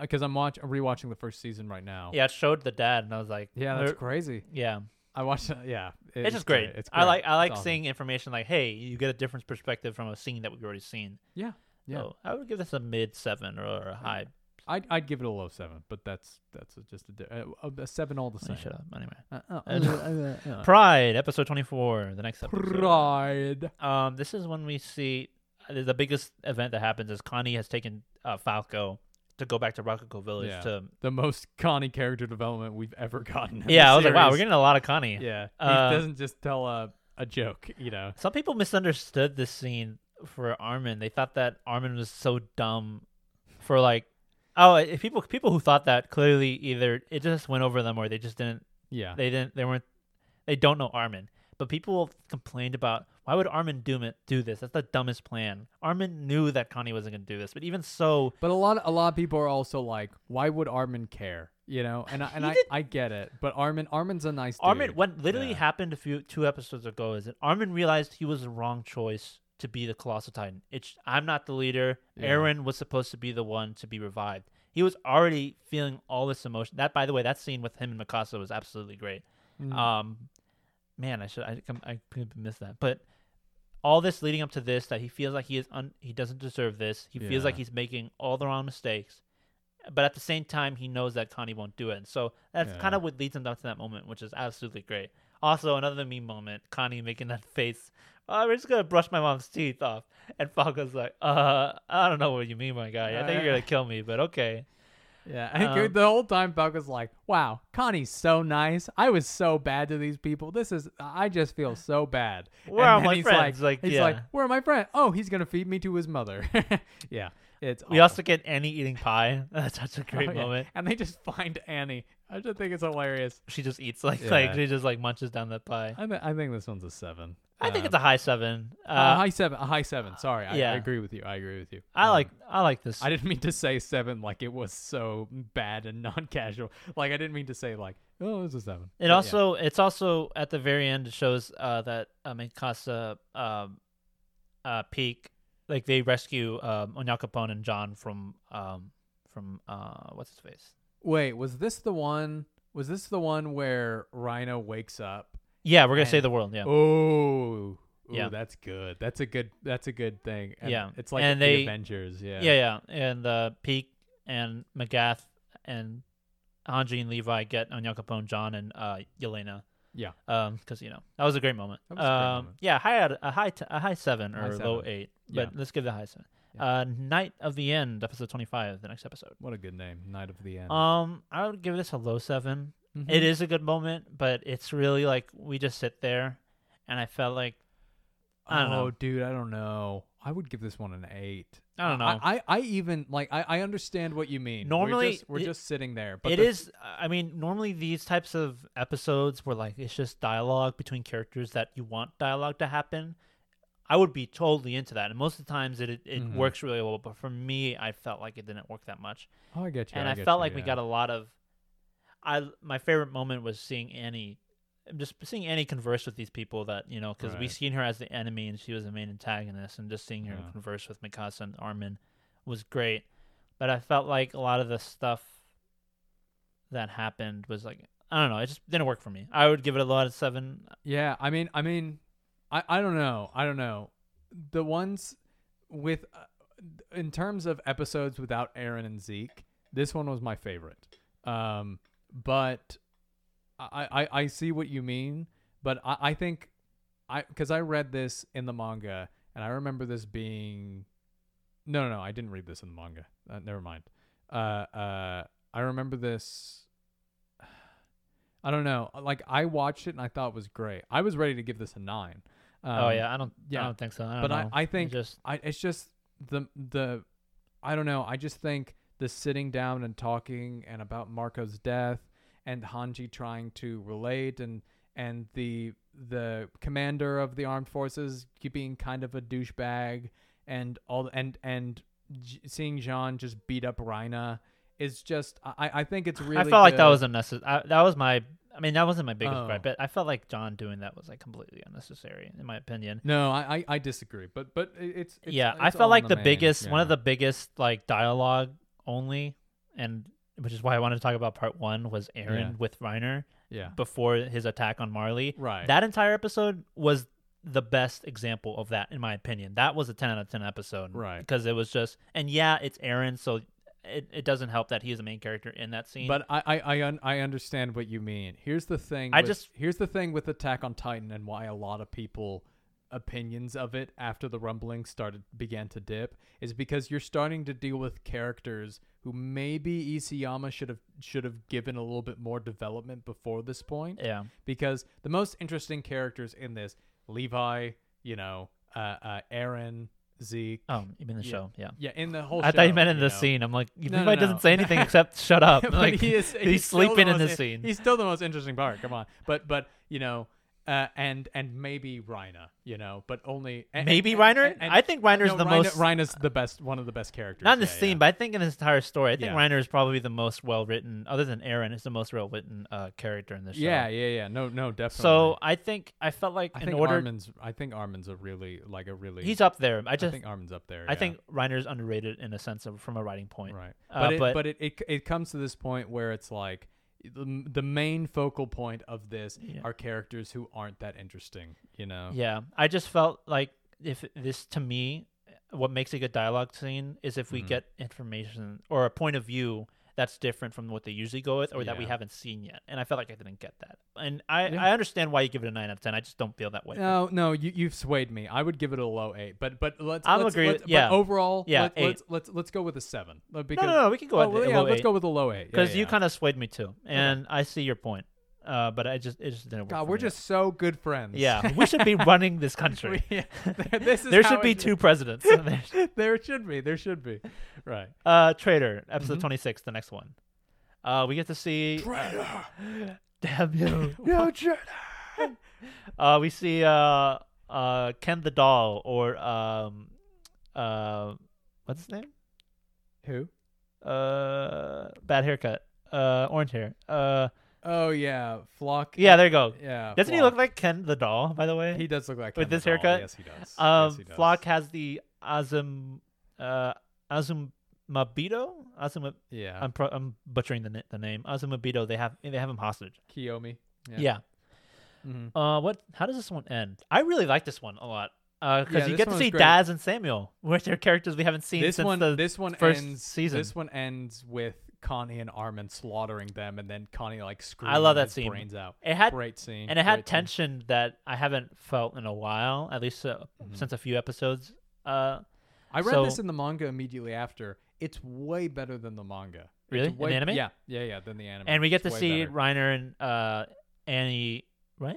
because I'm watch I'm rewatching the first season right now. Yeah, it showed the dad and I was like yeah, that's "There- crazy. Yeah. I watched. it- Yeah, it- it's just great. It's I like I It's like awesome. seeing information like, hey, you get a different perspective from a scene that we've already seen. Yeah, yeah. So I would give this a mid seven or a high. I'd, I'd give it a low seven, but that's that's a, just a, di- uh, a, a seven all the Oh, same. Shut up. Anyway. Uh, uh, And- uh, uh, uh. Pride, episode twenty four, the next episode. Pride. Um, this is when we see uh, the the biggest event that happens is Connie has taken uh, Falco to go back to Rococo Village. Yeah. To um, The most Connie character development we've ever gotten. in yeah, the I was like, wow, we're series. getting a lot of Connie. Yeah, he Uh, doesn't just tell a a joke, you know. Some people misunderstood this scene for Armin. They thought that Armin was so dumb for like, oh, if people people who thought that clearly either it just went over them or they just didn't Yeah, they didn't they weren't they don't know Armin. But people complained about why would Armin do it do this? That's the dumbest plan. Armin knew that Connie wasn't gonna do this, but even so, but a lot a lot of people are also like, why would Armin care? You know, and I, and I, I get it, but Armin Armin's a nice Armin, dude. what literally Yeah. happened a few two episodes ago is that Armin realized he was the wrong choice to be the Colossal Titan. It's I'm not the leader. Yeah. Aaron was supposed to be the one to be revived. He was already feeling all this emotion. That, by the way, that scene with him and Mikasa was absolutely great. Mm. Um, man, I should I com- I could miss that, but all this leading up to this that he feels like he is un- he doesn't deserve this. He feels like Yeah. he's making all the wrong mistakes, but at the same time he knows that Connie won't do it. And so that's Yeah. kind of what leads him up to that moment, which is absolutely great. Also, another meme moment: Connie making that face. Oh, we're just gonna brush my mom's teeth off, and Falco's like, "Uh, I don't know what you mean, my guy. I think you're gonna kill me, but okay." Yeah, I think Um, the whole time Falco's like, "Wow, Connie's so nice. I was so bad to these people. This is, I just feel so bad." Where And are then my he's friends? Like, Like, he's yeah. like, "Where are my friends? Oh, he's gonna feed me to his mother." yeah, it's. We also get Annie eating pie. That's such a awful. great Oh, yeah. moment. and they just find Annie. I just think it's hilarious. She just eats like Yeah. like she just like munches down that pie. I, th- I think this one's a seven. I think Uh, it's a high seven. Uh, a high seven. A high seven. Sorry, I, yeah. I agree with you. I agree with you. I Um, like I like this. I didn't mean to say seven like it was so bad and non-casual. Like I didn't mean to say like, oh, it's a seven. But it yeah. also it's also at the very end it shows uh, that uh, Mikasa um, uh, Peak like they rescue um, Onyakapone and John from um, from uh, what's his face? Wait, was this the one? Was this the one where Rhino wakes up? Yeah, we're gonna save And- the world. Yeah, Oh, Yeah. that's good. That's a good. That's a good thing. And Yeah. it's like And the they- Avengers. Yeah, yeah, yeah. And uh, Peak and McGath and Hanji and Levi get Onyakapone, John and uh, Yelena. yeah. um because you know that was a great moment That was a great um moment. yeah high out a high t- a high seven or High low seven. eight but Yeah. let's give the high seven uh night of the end episode 25 the next episode What a good name, Night of the End. um i would give this a low 7 Mhm. it is a good moment but it's really like we just sit there and i felt like I don't oh, know. dude, I don't know. I would give this one an eight. I don't know. I, I, I even like. I, I understand what you mean. we're Normally, just, we're it- just sitting there. But it the- is. i mean normally these types of episodes where like it's just dialogue between characters that you want dialogue to happen i would be totally into that and most of the times it, it, it Mhm. works really well but for me i felt like it didn't work that much Oh, I get you. and I, get felt you, like we yeah. got a lot of. I my favorite moment was seeing Annie, just seeing Annie converse with these people that you know because we Right. seen her as the enemy and she was the main antagonist and just seeing her Yeah. converse with Mikasa and Armin was great, but I felt like a lot of the stuff that happened was like I don't know it just didn't work for me. I would give it a lot of seven. Yeah, I mean, I mean, I, I don't know, I don't know. The ones with, uh, in terms of episodes without Aaron and Zeke, This one was my favorite. Um, but I, I, I see what you mean, but I, I think I because I read this in the manga and I remember this being no no no I didn't read this in the manga. Uh, never mind. Uh, uh, I remember this. I don't know. Like I watched it and I thought it was great. I was ready to give this a nine. Um, oh yeah, I don't. yeah. I don't think so. I don't but know. I, I think It just I it's just the the I don't know. I just think the sitting down and talking and about Marco's death and Hanji trying to relate and and the the commander of the armed forces keep being kind of a douchebag and all and and J- seeing Jean just beat up Rina is just I I think it's really I felt like that good. was unnecessary. I, that was my. I mean, that wasn't my biggest Oh. gripe, but I felt like John doing that was like completely unnecessary, in my opinion. no I, I I disagree but but it- it's, it's yeah, it's I all felt in like the, man. biggest, one of Yeah. the biggest like dialogue only, and which is why I wanted to talk about part one was Aaron Yeah. with Reiner yeah before his attack on Marley. Right. That entire episode was the best example of that, in my opinion. That was a ten out of ten episode. Right. Because it was just, and yeah, it's Aaron, so it, it doesn't help that he is the main character in that scene. But I I I, un- I understand what you mean. Here's the thing. I with- just- here's the thing with Attack on Titan and why a lot of people opinions of it after the rumbling started began to dip is because you're starting to deal with characters who maybe Isayama should have should have given a little bit more development before this point yeah. because the most interesting characters in this Levi, you know, uh, uh Aaron, Zeke, Oh, even the Yeah. show, yeah. yeah, in the whole I thought you show, meant in the know. scene. I'm like, No, no, Levi no. doesn't say anything except shut up. But like he is, he's, still the sleeping most in the in- scene. He's still the most interesting part. Come on, but but you know, uh, and and maybe Rhina, you know, but only and, Maybe and- Reiner? and- and- I think Reiner's no, the Reiner- most- Reiner's the best, one of the best characters. Not in this Yeah, scene, yeah. but I think in his entire story, I think Yeah. Reiner is probably the most well written, other than Aaron, is the most well written uh, character in the show. yeah, yeah, yeah. No, no, definitely. So I think I felt like I in think order Armin's, I think Armin's a really like a really. he's up there. I I, just I think, think Armin's up there. I yeah. Reiner's underrated in a sense of from a writing point. Right. Uh, but it, but- but, it, it it comes to this point where it's like the, the main focal point of this Yeah. are characters who aren't that interesting, you know. Oh. Yeah, I just felt like if this to me, what makes a good dialogue scene is Mm-hmm. if we get information or a point of view that's different from what they usually go with or that we Yeah. haven't seen yet. And I felt like I didn't get that. And I, Yeah. I understand why you give it a nine out of ten. I just don't feel that way. No, Oh, no, you you've swayed me. I would give it a low eight, but but let's. I'm let's, agree with- Let's, but yeah. overall, Yeah, let, eight. let's let's let's go with a seven. uh, no, Because, no, no, we can go oh, with well, the yeah, low let's eight. go with a low eight because yeah, you yeah. kind of swayed me too, and I see your point. Uh, but I just it just didn't work. God, for we're me. just so good friends. yeah. We should be running this country. Yeah. this is there how should be it- two presidents. there should be. There should be. Right. uh, Trader, episode Mm-hmm. six, the next one. Uh, we get to see Traitor! Damn you. No, sure. uh, we see uh, uh, Ken the doll or um, uh, what's his name? Who? Uh, bad haircut. Uh, orange hair. Uh, Oh yeah, Flock. yeah, there you go. Yeah. Doesn't he look Flock. like Ken the doll? By the way, He does look like with Ken this Vidal. haircut? Yes, he does. Um, yes, he does. Flock has the Azum, uh, Azum Mabito. Azum, Yeah. I'm, pro- I'm butchering the, na- the name. Azum Mabito. They have they have him hostage. Kiyomi. Yeah. Yeah. Mhm. Uh, what? How does this one end? I really like this one a lot. Uh, because Yeah, you this get to one was see great. Daz and Samuel, which are characters we haven't seen This since one, the this one first ends. season. This one ends with Connie and Armin slaughtering them, and then Connie like screams. I love that his scene. Brains out. It had Great scene. and it had great scene. tension that I haven't felt in a while, at least uh, Mm-hmm. since a few episodes. Uh, I read so- this in the manga immediately after. It's way better than the manga. It's Really? In way- the anime? Yeah, yeah, yeah. Than the anime. and we get It's to way see better. Reiner and uh, Annie, right?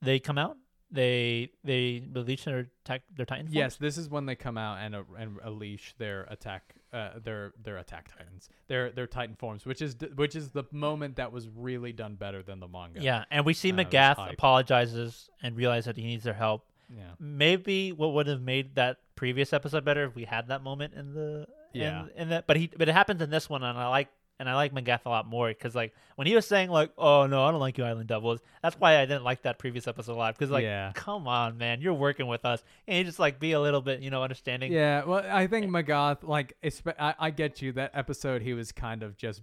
They come out. They they release their tech, their Titan. forms? Yes, this is when they come out and uh, and unleash their attack, uh, their their attack titans, their their titan forms, which is d- which is the moment that was really done better than the manga. Yeah, and we see Uh, it was McGath hype. apologizes and realize that he needs their help. yeah. Maybe what would have made that previous episode better if we had that moment in the in- Yeah. in, that. But he but it happens in this one, and I like and I like McGath a lot more because like when he was saying like, "Oh no, I don't like you, Island Devils." That's why I didn't like that previous episode a lot because like, Yeah. come on, man, you're working with us, and you just like be a little bit, you know, understanding. Yeah, well, I think Magath, like, espe- I, I get you. That episode, he was kind of just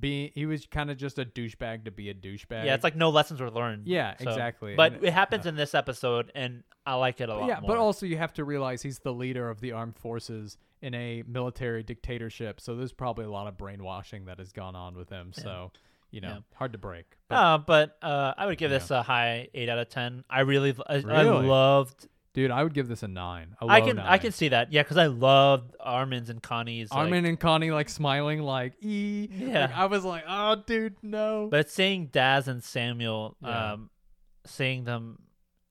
being he was kind of just a douchebag to be a douchebag. Yeah, it's like no lessons were learned. Yeah, so- exactly, But and it, it- happens in this episode, and I like it a lot. yeah, more. but also you have to realize he's the leader of the armed forces in a military dictatorship, so there's probably a lot of brainwashing that has gone on with him. So, you know, Yeah. hard to break. But Uh, but uh, I would give this a high eight out of ten. I really, I, I Really? loved. dude, I would give this a nine. a I low can, I nine. can see that. Yeah, because I loved Armin's and Connie's. like- Armin and Connie like smiling like e. Yeah. I was like, oh, dude, no. but seeing Daz and Samuel, Yeah. um, seeing them,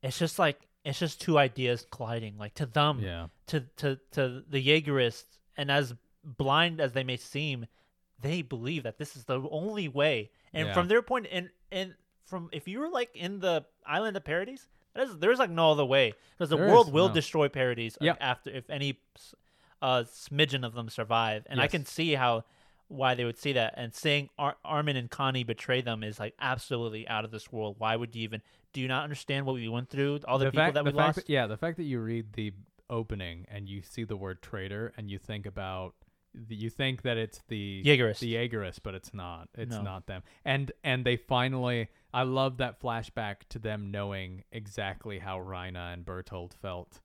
it's just like it's just two ideas colliding. Like to them, yeah, to to to the Jaegerists, and as blind as they may seem, they believe that this is the only way. And Yeah. from their point, and and from if you were like in the island of parodies, that is, there's like no other way because the There world is will no. destroy parodies Yep. after if any uh, smidgen of them survive. And I Yes. can see how why they would see that. And seeing Ar- Armin and Connie betray them is like absolutely out of this world. Why would you even? Do you not understand what we went through? All the, people that we the fact lost. that- yeah, the fact that you read the opening and you see the word traitor and you think about you think that it's the Jaegerist. the Jaegerist, but it's not. It's No. not them. And and they finally, I love that flashback to them knowing exactly how Reina and Bertold felt.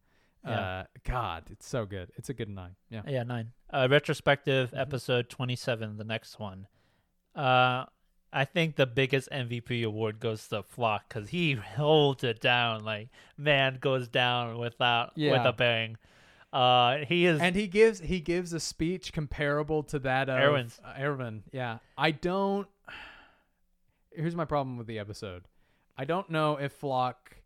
Uh, Yeah. God, it's so good. It's a good nine. Yeah. Yeah, nine. Uh, retrospective Mm-hmm. episode twenty-seven, the next one. Uh, I think the biggest MVP award goes to Flock because he holds it down. Like man goes down without with Yeah. a bang. Uh, he is. and he gives he gives a speech comparable to that of Erwin's. uh, Erwin. Yeah, I don't. Here's my problem with the episode. I don't know if Flock,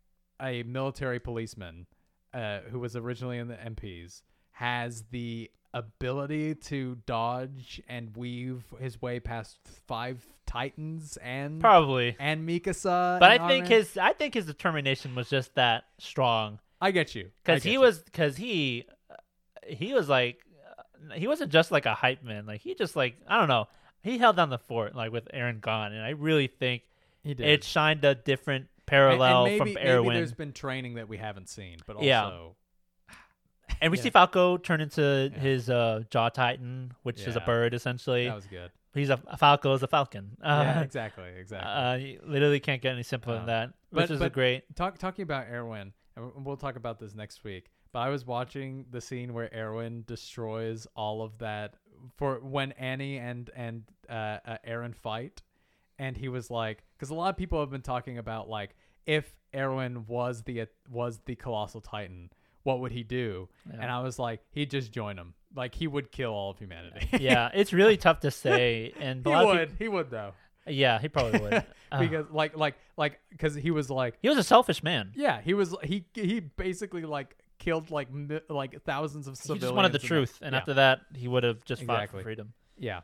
a military policeman, uh, who was originally in the MPs, has the ability to dodge and weave his way past five Titans and Probably, and Mikasa. but and I think Armin. his I think his determination was just that strong I get you I because get he you. was because he uh, he was like uh, he wasn't just like a hype man like he just like I don't know he held down the fort like with Aaron gone and I really think he did. it shined a different And- and parallel maybe, from maybe there's Erwin. been training that we haven't seen, but also. Yeah. And we see Falco turn into his uh, jaw titan, which is a Yeah. bird essentially. That was good. He's a, a Falco is a falcon. yeah, Uh, exactly, exactly. uh, you literally can't get any simpler Um, than that, but- which is a but- great. Talk, talking about Erwin, and w- we'll talk about this next week. But I was watching the scene where Erwin destroys all of that for when Annie and and uh, uh, Aaron fight, and he was like, because a lot of people have been talking about like if Erwin was the uh, was the colossal titan, what would he do? And I was like, he'd just join him. Like he would kill all of humanity. Yeah, it's really tough to say, and a he lot of would. he would though. peop- yeah, he probably would. Uh, because like like like because he was like he was a selfish man. Yeah, he was he he basically like killed like mi- like thousands of He civilians. just wanted the in truth, and yeah, after that, he would have just fought Exactly. for freedom. yeah,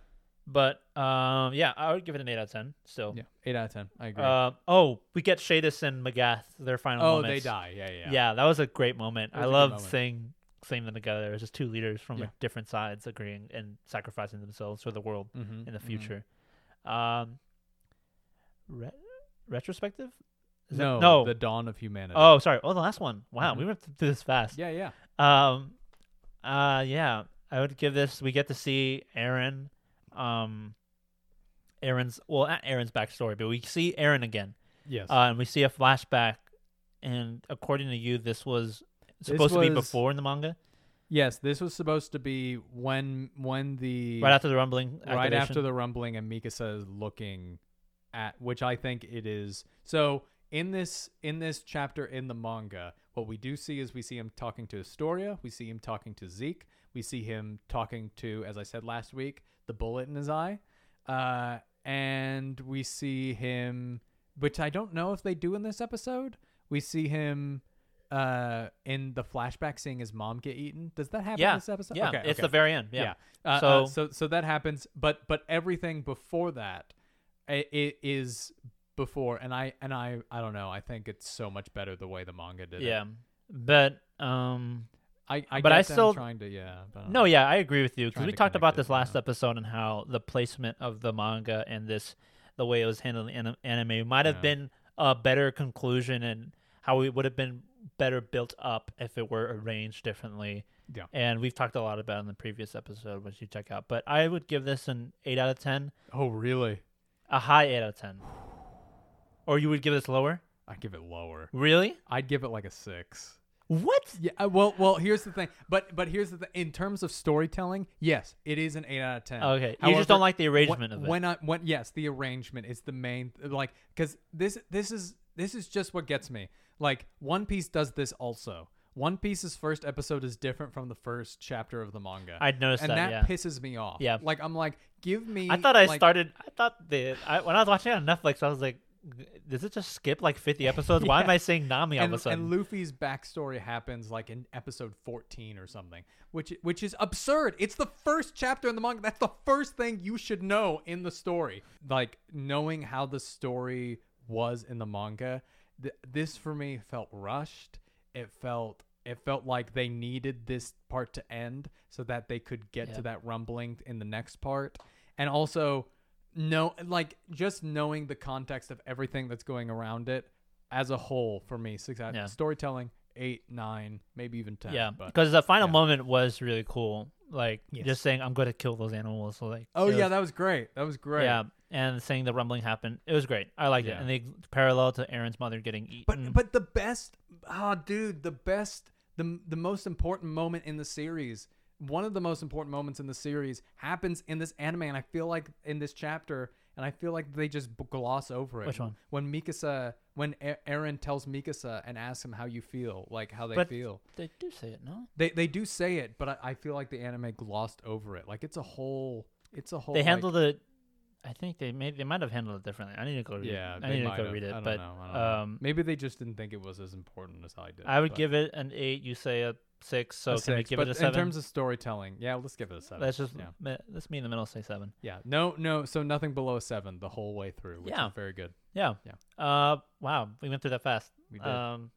But um, yeah, I would give it an eight out of ten. Still. yeah, eight out of ten. I agree. Uh, oh, we get Shadis and McGath. Their final. oh, moments. they die. Yeah, yeah, yeah. that was a great moment. was I a good loved moment. seeing seeing them together. It was just two leaders from Yeah. like, different sides agreeing and sacrificing themselves for the world Mhm, in the mhm. future. Um, re- retrospective? Is that- No, no. the dawn of humanity. oh, sorry. Oh, the last one. Wow, Mhm. we went through this fast. yeah, yeah. Um, uh, yeah, I would give this. We get to see Aaron, um, Aaron's well, not Aaron's backstory, but we see Aaron again. Yes. Uh, and we see a flashback, and according to you, this was supposed to be was- before in the manga, yes. This was supposed to be when when the right after the rumbling. right after activation. the rumbling and Mikasa is looking at which I think it is. So in this in this chapter in the manga, what we do see is we see him talking to Astoria, we see him talking to Zeke, we see him talking to, as I said last week, the bullet in his eye. Uh, and we see him which I don't know if they do in this episode. We see him uh in the flashback seeing his mom get eaten. Does that happen yeah, in this episode? yeah, Okay, it's okay the very end. Yeah, Uh, so uh, so so that happens, but but everything before that, i i- is before, and I and I I don't know. I think it's so much better the way the manga did it. yeah, but um, I, I But get I them still- trying to yeah. But I don't no, know. yeah, I agree with you because Trying we to talked about connect it, this last yeah. episode and how the placement of the manga and this, the way it was handled in anim- anime, might have Yeah. been a better conclusion and how it would have been better built up if it were arranged differently. Yeah. And we've talked a lot about it in the previous episode, which you check out. But I would give this an eight out of ten, Oh, really? a high eight out of ten. Or you would give this lower? I give it lower. Really? I'd give it like a six. What? Yeah. uh, Well, well. Here's the thing. But but here's the thing. In terms of storytelling, yes, it is an eight out of ten. Okay, you just don't like the arrangement when, of it. When I when yes, the arrangement is the main like because this this is this is just what gets me. Like One Piece does this also. One Piece's first episode is different from the first chapter of the manga. I'd noticed and that, that yeah. pisses me off. Yeah. Like I'm like, give me. I thought I like- started. I thought the I, when I was watching it on Netflix, I was like, "Does it just skip like 50 episodes? Why am Yeah. I saying Nami all and, of a sudden?" and Luffy's backstory happens like in episode 14 or something, which which is absurd. It's the first chapter in the manga. That's the first thing you should know in the story. Like knowing how the story was in the manga, th- this for me felt rushed. It felt it felt like they needed this part to end so that they could get to that rumbling in the next part. And also no like just knowing the context of everything that's going around it as a whole for me six out Yeah. storytelling eight nine maybe even ten yeah, but because the final moment was really cool. Like Yes. just saying, "I'm going to kill those animals." So like, oh it yeah was- that was great that was great yeah, and saying the rumbling happened. It was great. I liked Yeah. it, and the parallel to Aaron's mother getting eaten. but but the best ah dude the best the the most important moment in the series one of the most important moments in the series happens in this anime and i feel like in this chapter and i feel like they just b- gloss over it Which one? when mikasa when A- aaron tells mikasa and asks him how you feel like how they But- feel they do say it, no? They they do say it, but I, I feel like the anime glossed over it. Like it's a whole it's a whole They like- handled it. I think they made they might have handled it differently. I need to go read. Yeah, it. they I need to might go have. read it. I don't but know, I don't know. um, maybe they just didn't think it was as important as I did. I would but- give it an eight. You say a six. So a can we six, give but it a in seven? terms of storytelling, yeah, let's give it a seven. Let's just yeah. me- let's meet in the middle. Say seven. yeah, no, no, so nothing below a seven the whole way through, which Yeah. is very good. Yeah. Yeah. Uh, wow, we went through that fast. We did. Um,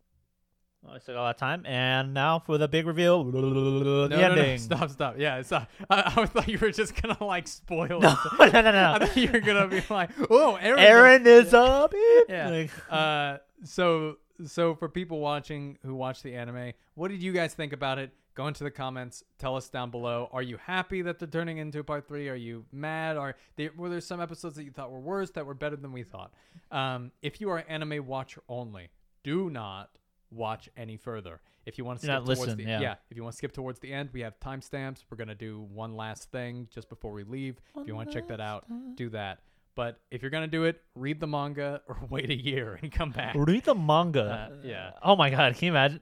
well, it took a lot of time, and now for the big reveal. the No, no, ending. no, stop, stop. Yeah, it's not, I, I thought you were just gonna like spoil. No, it. no, no, no, I no. thought you were gonna be like, oh, Aaron, does Aaron is up. Yeah. Like, uh, so so for people watching who watch the anime, what did you guys think about it? Go into the comments. Tell us down below. Are you happy that they're turning into a part three? Are you mad? Are they, were there some episodes that you thought were worse that were better than we thought? Um, if you are an anime watcher only, do not watch any further. If you want to Do skip not towards listen, the yeah. if you want to skip towards the end, we have timestamps. We're gonna do one last thing just before we leave. if you want to check that out, do that. But if you're gonna do it, read the manga or wait a year and come back. read the manga. Uh, yeah. Oh my god, can you imagine?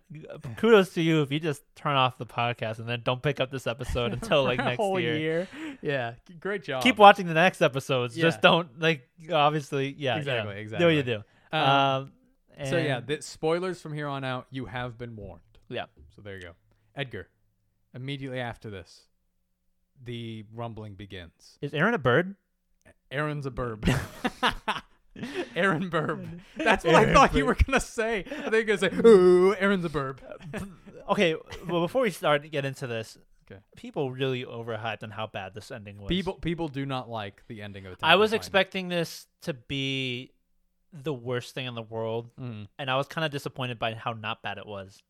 Kudos to you if you just turn off the podcast and then don't pick up this episode until like For a next whole year. Yeah, g- great job. Keep watching the next episodes. Yeah. Just don't like obviously. Yeah. yeah. Exactly, Do what you exactly. do. Um, um, So yeah, and- th- spoilers from here on out. You have been warned. yeah. So there you go. Edgar, immediately after this, the rumbling begins. Is Aaron a bird? Aaron's a burb. Aaron burb. That's what I Aaron thought you were gonna say. I think you're gonna say, "Ooh, Aaron's a burb." okay, well, before we start to get into this, Okay. people really overhyped on how bad this ending was. people people do not like the ending of. Attack I was on Titan. expecting this to be the worst thing in the world, Mm. and I was kind of disappointed by how not bad it was.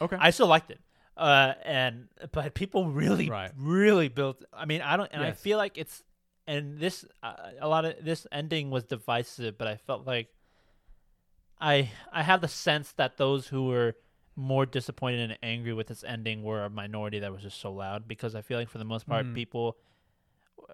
Okay. I still liked it, uh, and but people really, Right. really built. I mean, I don't, and I Yes. feel like it's, and this uh, a lot of this ending was divisive, but I felt like I I have the sense that those who were more disappointed and angry with this ending were a minority that was just so loud because I feel like for the most Mm-hmm. part people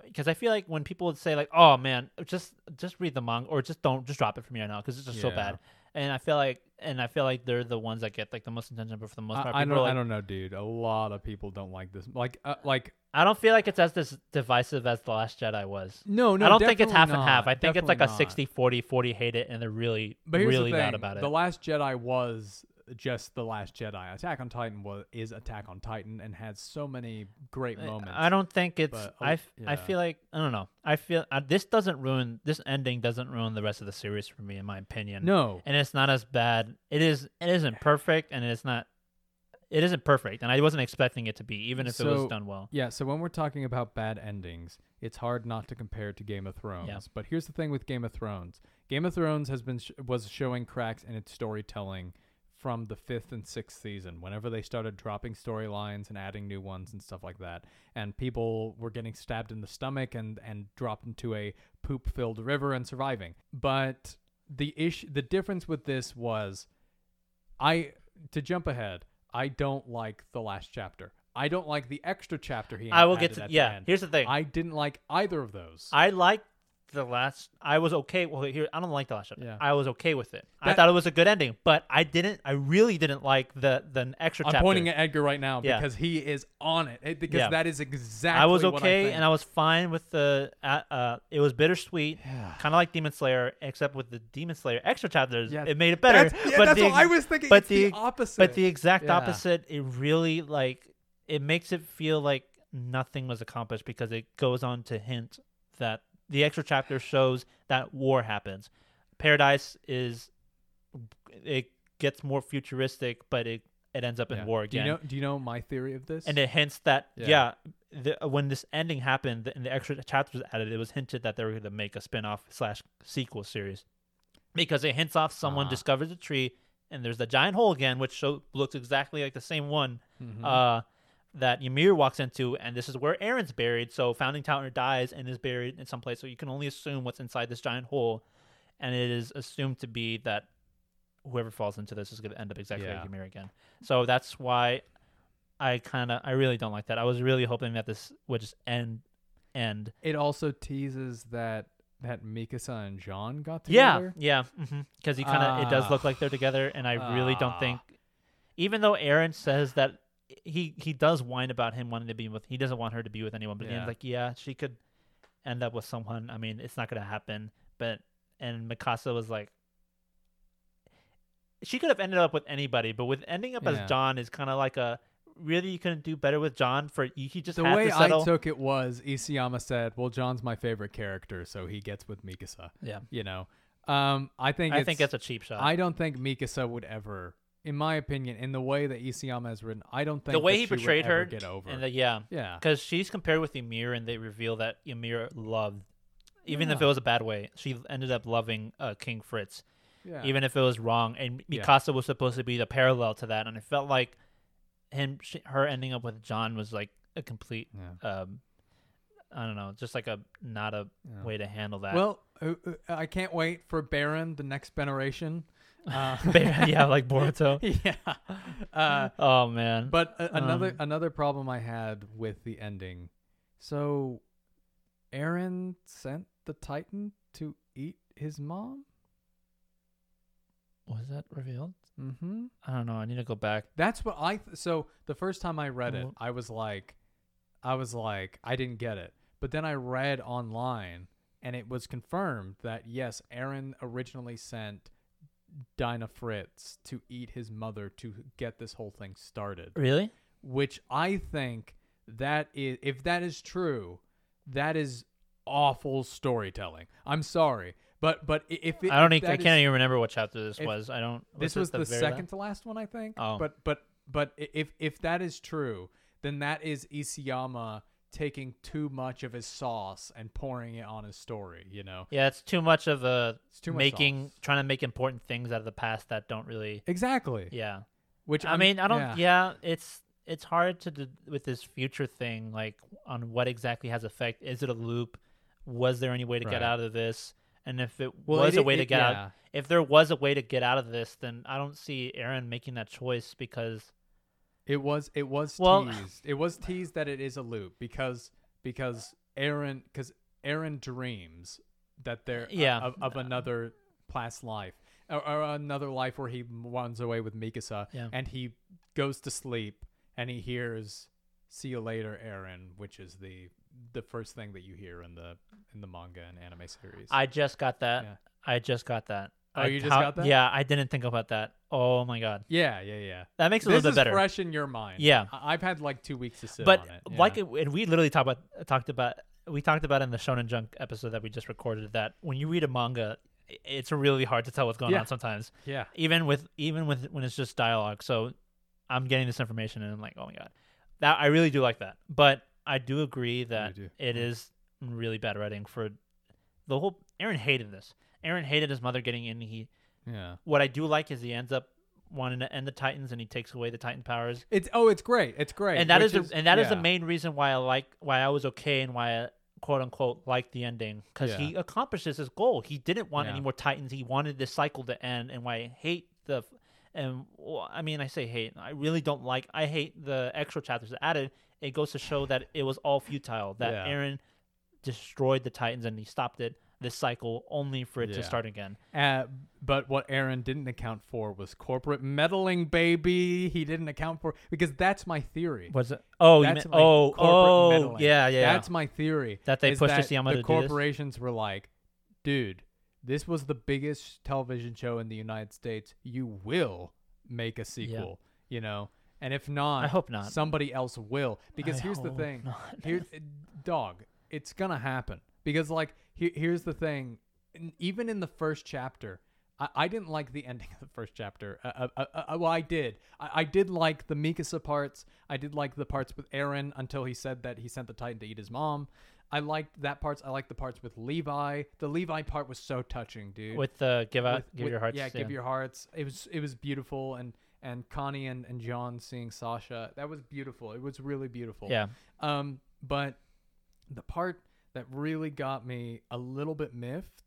because I feel like when people would say like oh man just just read the manga or just don't just drop it from here now because it's just so Yeah. bad and I feel like and I feel like they're the ones that get like the most attention but for the most part I, I people don't. are like, I don't know, dude. A lot of people don't like this. Like, uh, like I don't feel like it's as dis- divisive as the last Jedi was no, no. I don't think it's definitely half and half not. I think it's like Definitely a not. 60 40 40 hate it and they're really But here's really the loud thing: about it the Last Jedi was just the Last Jedi. Attack on Titan was is Attack on Titan and had so many great I- moments. I don't think it's. but, I uh, f- I yeah. feel like I don't know. I feel uh, this doesn't ruin this ending doesn't ruin the rest of the series for me in my opinion. No. and it's not as bad. It is. It isn't perfect, and it's not. It isn't perfect, and I wasn't expecting it to be, even if it was So- done well. Yeah, so when we're talking about bad endings, it's hard not to compare to Game of Thrones. But here's the thing with Game of Thrones: Game of Thrones has been sh- was showing cracks in its storytelling from the fifth and sixth season, whenever they started dropping storylines and adding new ones and stuff like that, and people were getting stabbed in the stomach and and dropped into a poop filled river and surviving. But the issue, the difference with this was, I to jump ahead, I don't like the last chapter. I don't like the extra chapter he. I will get added to- at yeah, The end. here's the thing. I didn't like either of those. I liked the last. I was okay. Well, here I don't like the last chapter. Yeah. I was okay with it. I That- thought it was a good ending, but I didn't. I really didn't like the the extra I'm chapter. pointing at Edgar right now Yeah. because he is on it. it- Because Yeah. that is exactly. I was what okay, think. and I was fine with the. Uh, uh, it was bittersweet, kind of like Demon Slayer, except with the Demon Slayer extra chapters, Yeah. it made it better. That's- yeah, but that's the, what I was thinking. But It's the but opposite. the exact Yeah. opposite. It really like it makes it feel like nothing was accomplished because it goes on to hint that the extra chapter shows that war happens. Paradise is it gets more futuristic, but it it ends up in Yeah. war again. Do you know? Do you know my theory of this? And it hints that yeah, Yeah. the, uh, when this ending happened th- and the extra chapter was added, it was hinted that they were going to make a spin-off slash sequel series because it hints off someone Ah. discovers a tree and there's the giant hole again, which show, looks exactly like the same one uh, that Ymir walks into, and this is where Aaron's buried. So Founding Tower dies and is buried in some place. So you can only assume what's inside this giant hole, and it is assumed to be that whoever falls into this is going to end up exactly Yeah. like Ymir again. So that's why I kind of I really don't like that. I was really hoping that this would just end end. It also teases that that Mikasa and John got Yeah, together. yeah, mm-hmm, because he kind of it does Ah. look like they're together, and I really don't Ah. think, even though Aaron says that he he does whine about him wanting to be with, he doesn't want her to be with anyone, but he's Yeah. like, yeah, she could end up with someone. I mean, it's not gonna happen. But and Mikasa was like, she could have ended up with anybody, but with ending up Yeah. as John is kind of like a really you couldn't do better with John for he he just The had way to I settle. took it was Isayama said, "Well, John's my favorite character, so he gets with Mikasa." yeah, You know, um, I think I it's, think that's a cheap shot. I don't think Mikasa would ever, in my opinion, in the way that Isayama is written, I don't think the way that he she would portrayed ever her get over. and the, yeah yeah, because she's compared with Ymir, and they reveal that Ymir loved, even if it Yeah. was a bad way, she ended up loving uh, King Fritz, yeah, even if it was wrong. And Yeah. Mikasa was supposed to be the parallel to that, and it felt like him, she, her ending up with John was like a complete, um, I don't know, just like a not a way to handle that. Well, uh, uh, I can't wait for Baron, the next generation. Uh, yeah, like Boruto. yeah. Uh, Oh man, but a- another uh Um, another problem I had with the ending. So, Aaron sent the Titan to eat his mom. was that revealed? Mm-hmm. I don't know. I need to go back. That's what I. Th- so the first time I read it, Well- I was like, I was like, I didn't get it. But then I read online, and it was confirmed that yes, Aaron originally sent Dinah Fritz to eat his mother to get this whole thing started. Really? Which I think that is, if that is true, that is awful storytelling. I'm sorry, but but i- if it, I don't. if Even, I that is- can't even remember what chapter this if- was. I don't. this was the, very la- second to last one, I think. Oh. But but but i- if if that is true, then that is Isayama taking too much of his sauce and pouring it on his story. You know. Yeah, it's too much of a It's too much making sauce. trying to make important things out of the past that don't really. Exactly. Yeah, Which I I'm- mean, I don't. Yeah, Yeah. it's it's hard to d- with this future thing, like on what exactly has effect. Is it a loop? Was there any way to get Right. out of this? And if it Well, was it- a way it- to get yeah. out, if there was a way to get out of this, then I don't see Aaron making that choice because It was it was Well- teased. It was teased that it is a loop because because Aaron because Aaron dreams that there Yeah. of, of another past life or, or another life where he runs away with Mikasa Yeah. and he goes to sleep and he hears "See you later, Aaron," which is the the first thing that you hear in the in the manga and anime series. I just got that. Yeah. I just got that. Oh, I- you just got that? Yeah, I didn't think about that. Oh my god, yeah yeah yeah. that makes it a This little is bit better. fresh in your mind. Yeah. I- I've had like two weeks to sit but on it. like yeah. it, and we literally talked about talked about we talked about in the shonen junk episode that we just recorded that when you read a manga i- it's really hard to tell what's going Yeah. on sometimes yeah. even with even with when it's just dialogue so i'm getting this information and i'm like oh my god that i really do like that but i do agree that do. it is really bad writing for the whole aaron hated this aaron hated his mother getting in he Yeah. what I do like is he ends up wanting to end the Titans, and he takes away the Titan powers. It's oh, it's great. It's great. And that which is, the, and that is the yeah. main reason why I like why I was okay and why I quote unquote like the ending because he Yeah. accomplishes his goal. He didn't want Yeah. any more Titans. He wanted this cycle to end, and why I hate the and well, I mean I say hate. I really don't like. I hate the extra chapters added. It goes to show that it was all futile. That Yeah. Aaron destroyed the Titans and he stopped it. This cycle only for it Yeah. to start again. Uh, but what Aaron didn't account for was corporate meddling, baby. He didn't account for because that's my theory. Was it? Oh, you that's meant, my oh, corporate oh, meddling. yeah, yeah. That's my theory. That they is pushed that the Isayama to do this? corporations were like, dude, this was the biggest television show in the United States. You will make a sequel, you know. And if not, I hope not. Somebody else will. Because I here's the hope thing. not. Here, eh, dog, it's gonna happen. Because like, here, here's the thing. N- Even in the first chapter, I, I didn't like the ending of the first chapter. Uh, uh, uh, uh, well, I did. I, I did like the Mikasa parts. I did like the parts with Aaron until he said that he sent the Titan to eat his mom. I liked that parts. I liked the parts with Levi. The Levi part was so touching, dude with the give out, with- give with- your hearts. Yeah, give yeah. your hearts. It was it was beautiful, and and Connie and and John seeing Sasha, that was beautiful. It was really beautiful. Yeah. Um, but the part that really got me a little bit miffed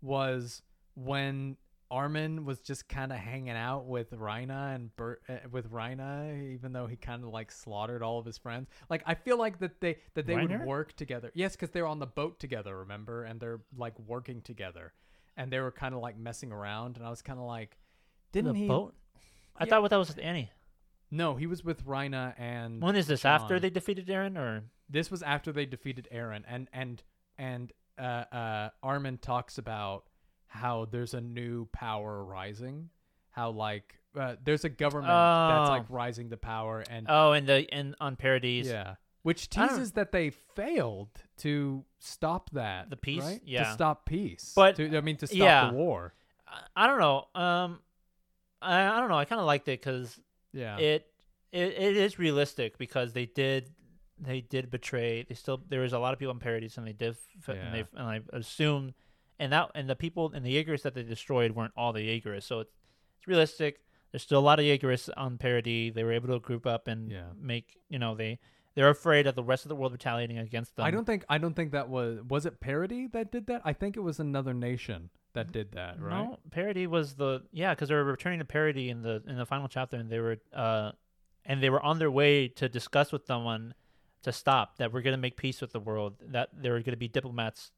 was when Armin was just kind of hanging out with Rhina and Bert, uh, with Rhina, even though he kind of like slaughtered all of his friends. Like I feel like that they that they Reiner? would work together. Yes, because they're on the boat together, remember, and they're like working together, and they were kind of like messing around, and I was kind of like, didn't the he? boat. I Yeah. thought that was with Annie. No, he was with Rhina and When is this after Sean. they defeated Aaron or this was after they defeated Aaron and and and uh, uh, Armin talks about how there's a new power rising, how like uh, there's a government that's Oh. like rising to power and oh and the and on parodies yeah, which I don't- teases that they failed to stop that The peace? right? to Yeah. stop peace, But, to, I mean to stop yeah. the war, I, I don't know um I, I don't know I kind of liked it because yeah, it, it it is realistic because they did they did betray they still there was a lot of people in parodies and they did f- and they Yeah. and I assume and that and the people and the Jaegerists that they destroyed weren't all the Jaegerists so it's it's realistic there's still a lot of Jaegerists on parody they were able to group up and Yeah. make you know they they're afraid of the rest of the world retaliating against them I don't think I don't think that was was it parody that did that. I think it was another nation that did that, right? No, parody was the yeah because they were returning to parody in the in the final chapter, and they were uh, and they were on their way to discuss with someone to stop that we're gonna make peace with the world that there were gonna be diplomats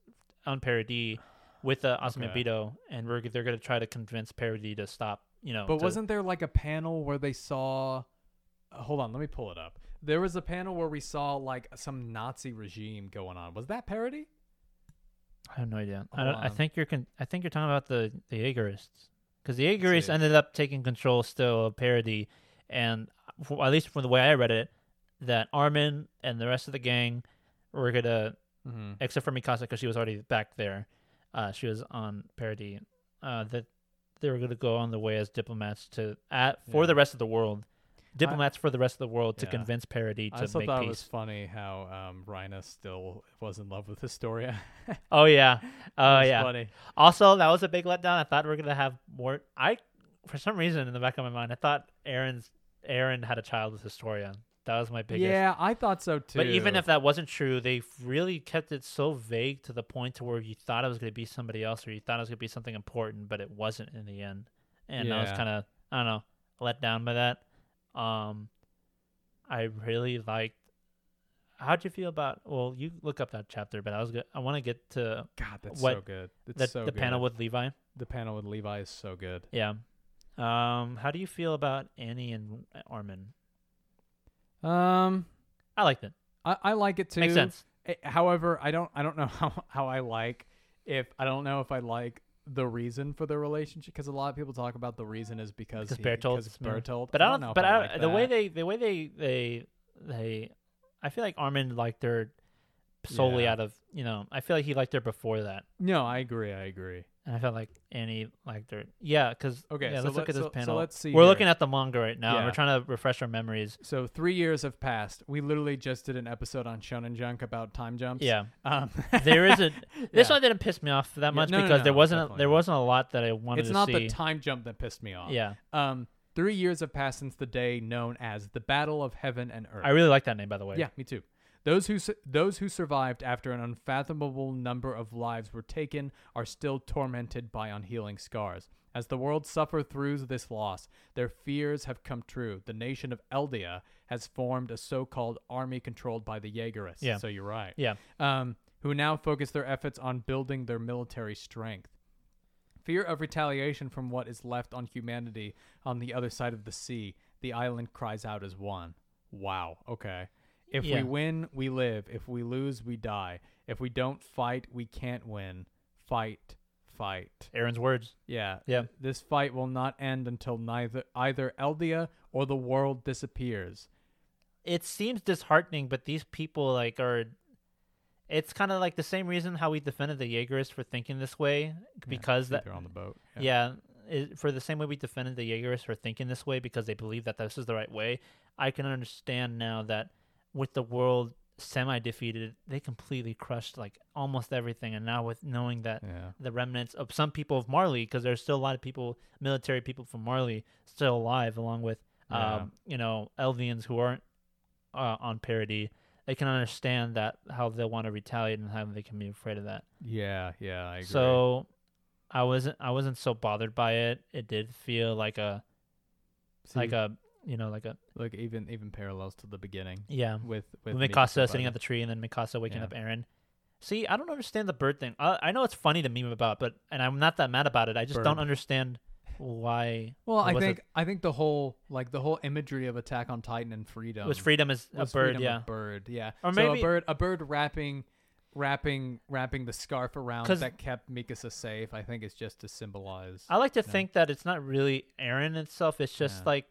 on parody with uh, Osman Okay. Vito, and we're they're gonna try to convince parody to stop. You know, But to- wasn't there like a panel where they saw? uh, Hold on, let me pull it up. There was a panel where we saw like some Nazi regime going on. Was that parody? I have no idea. I, Hold don't, I on. think you're con- I think you're talking about the the Jaegerists because the Let's Jaegerists see. ended up taking control still of parody, and f at least from the way I read it, that Armin and the rest of the gang were gonna, Mm-hmm. except for Mikasa because she was already back there, uh, she was on parody, uh, that they were gonna go on the way as diplomats to at for Yeah. the rest of the world, diplomats for the rest of the world to Yeah. convince parody to I also make thought peace. it was funny how um, Rhina still was in love with Historia. Oh yeah, oh It's yeah. funny. Also, that was a big letdown. I thought we were gonna have more. I, for some reason, in the back of my mind, I thought Aaron's Aaron had a child with Historia. That was my biggest. Yeah, I thought so too. But even if that wasn't true, they really kept it so vague to the point to where you thought it was gonna be somebody else, or you thought it was gonna be something important, but it wasn't in the end. And I was Yeah. kind of, I don't know, let down by that. Um, I really liked. How'd you feel about? Well, you look up that chapter, but I was. Go- I want to get to God, that's so what- good. It's the, so the panel good. with Levi. the panel with Levi is so good. Yeah. Um, how do you feel about Annie and Armin? Um, I liked it. I, I like it too. Makes sense. Eh, however, I don't I don't know how, how I like if I don't know if I like the reason for their relationship because a lot of people talk about the reason is because Because he- Bertolt, because Bertolt. but I don't. know if but I I, like the way that. they, the way they, they, they, I feel like Armin liked her solely Yeah. out of you know. I feel like he liked her before that, no, I agree. I agree. and I felt like Annie liked her. Yeah, because Okay, Yeah, so let's let- look at this so- so panel. let's see We're here. looking at the manga right now, and we're Yeah. trying to refresh our memories. So three years have passed. We literally just did an episode on Shonen Junk about time jumps. Yeah. um, There isn't. This Yeah. one didn't piss me off that much no, no, because there no, wasn't. A, definitely there not. wasn't a lot that I wanted It's to not see. the time jump that pissed me off. Yeah. Um, Three years have passed since the day known as the Battle of Heaven and Earth. I really like that name, by the way. Yeah, me too. Those who su- those who survived after an unfathomable number of lives were taken are still tormented by unhealing scars. As the world suffer through this loss, their fears have come true. The nation of Eldia has formed a so-called army controlled by the Jaegerists. Yeah. So you're right. Yeah. Um, who now focus their efforts on building their military strength. Fear of retaliation from what is left on humanity on the other side of the sea, the island cries out as one. Wow. Okay. If Yeah. we win, we live. If we lose, we die. If we don't fight, we can't win. Fight, fight. Aaron's words. Yeah. Yeah. th- This fight will not end until neither either Eldia or the world disappears. It seems disheartening, but these people like are. It's kind of like the same reason how we defended the Jaegerists for thinking this way, because Yeah, that they're on the boat. yeah, it, for the same way we defended the Jaegerists for thinking this way because they believe that this is the right way. I can understand now that with the world semi defeated, they completely crushed like almost everything, and now with knowing that Yeah. the remnants of some people of Marley, because there's still a lot of people, military people from Marley, still alive, along with Yeah. um, you know Eldians who aren't uh, on parody. They can understand that how they want to retaliate and how they can be afraid of that. Yeah. Yeah. I agree. So I wasn't I wasn't so bothered by it. It did feel like a like See? a you know like a Like even even parallels to the beginning yeah with with with me Mikasa surviving. sitting at the tree and then Mikasa waking Yeah. up Aaron. See, I don't understand the bird thing. Uh, I, I know it's funny to meme about, but and I'm not that mad about it. I just don't Bird. understand why. Well, it I was a- think I think the whole like the whole imagery of Attack on Titan and freedom was freedom is was a bird. freedom of Yeah, bird, yeah. Or so a maybe- bird, a bird wrapping, wrapping, wrapping the scarf around 'Cause- that kept Mikasa safe. I think is just to symbolize. I like to think that it's not really Aaron itself. It's just Yeah. like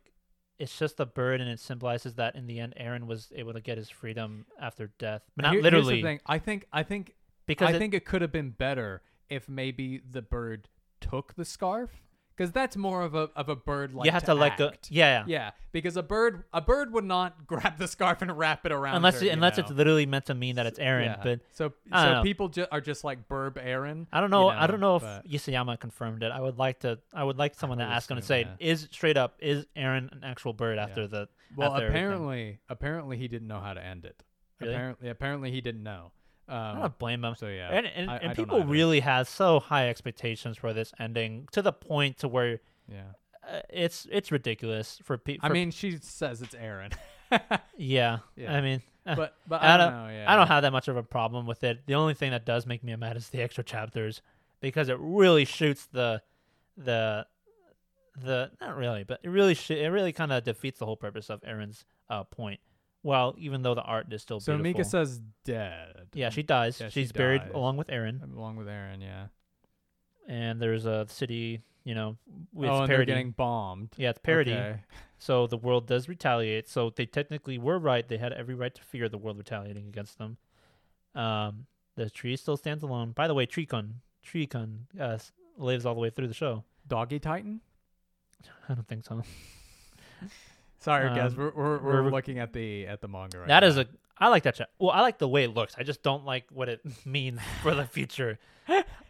it's just the bird, and it symbolizes that in the end, Aaron was able to get his freedom after death, but not Here- here's the literally thing. I think I think because I it- think it could have been better if maybe the bird took the scarf because that's more of a of a bird like you have to, let go. act. Yeah, Yeah, because a bird a bird would not grab the scarf and wrap it around unless her, you unless know? it's literally meant to mean that it's Aaron. Yeah. But so I don't so know. people ju- are just like Burb Aaron. I don't know. you I don't know if but- Isayama confirmed it. I would like to. I would like someone to would ask him to say, assume, "Is straight up is Aaron an actual bird after the?" well, after everything?" apparently, apparently he didn't know how to end it. Really? Apparently, apparently he didn't know. Um, I don't blame him. so, yeah, and and, I- and I don't people either. really had so high expectations for this ending to the point to where yeah, uh, it's it's ridiculous for people. I mean, she says it's Aaron, yeah, yeah. I mean, eh, but but I don't, know. Yeah, I don't have that much of a problem with it. The only thing that does make me mad is the extra chapters because it really shoots the the the not really, but it really sh- it really kind of defeats the whole purpose of Aaron's uh, point. Well, even though the art is still So beautiful. Mika says dead. yeah, she dies. Yeah, she She's buried dies. along with Aaron, along with Aaron. Yeah. and there's a city. You know, with oh, and they're parody. getting bombed. yeah, it's parody. Okay. So the world does retaliate. So they technically were right. They had every right to fear the world retaliating against them. Um, the tree still stands alone. By the way, Treecon, Treecon uh, s- lives all the way through the show. Doggy Titan. I don't think so. Sorry, guys. Um, We're, we're, we're we're- looking at the at the manga right That now. is a. I like that. Cha- well, I like the way it looks. I just don't like what it means for the future.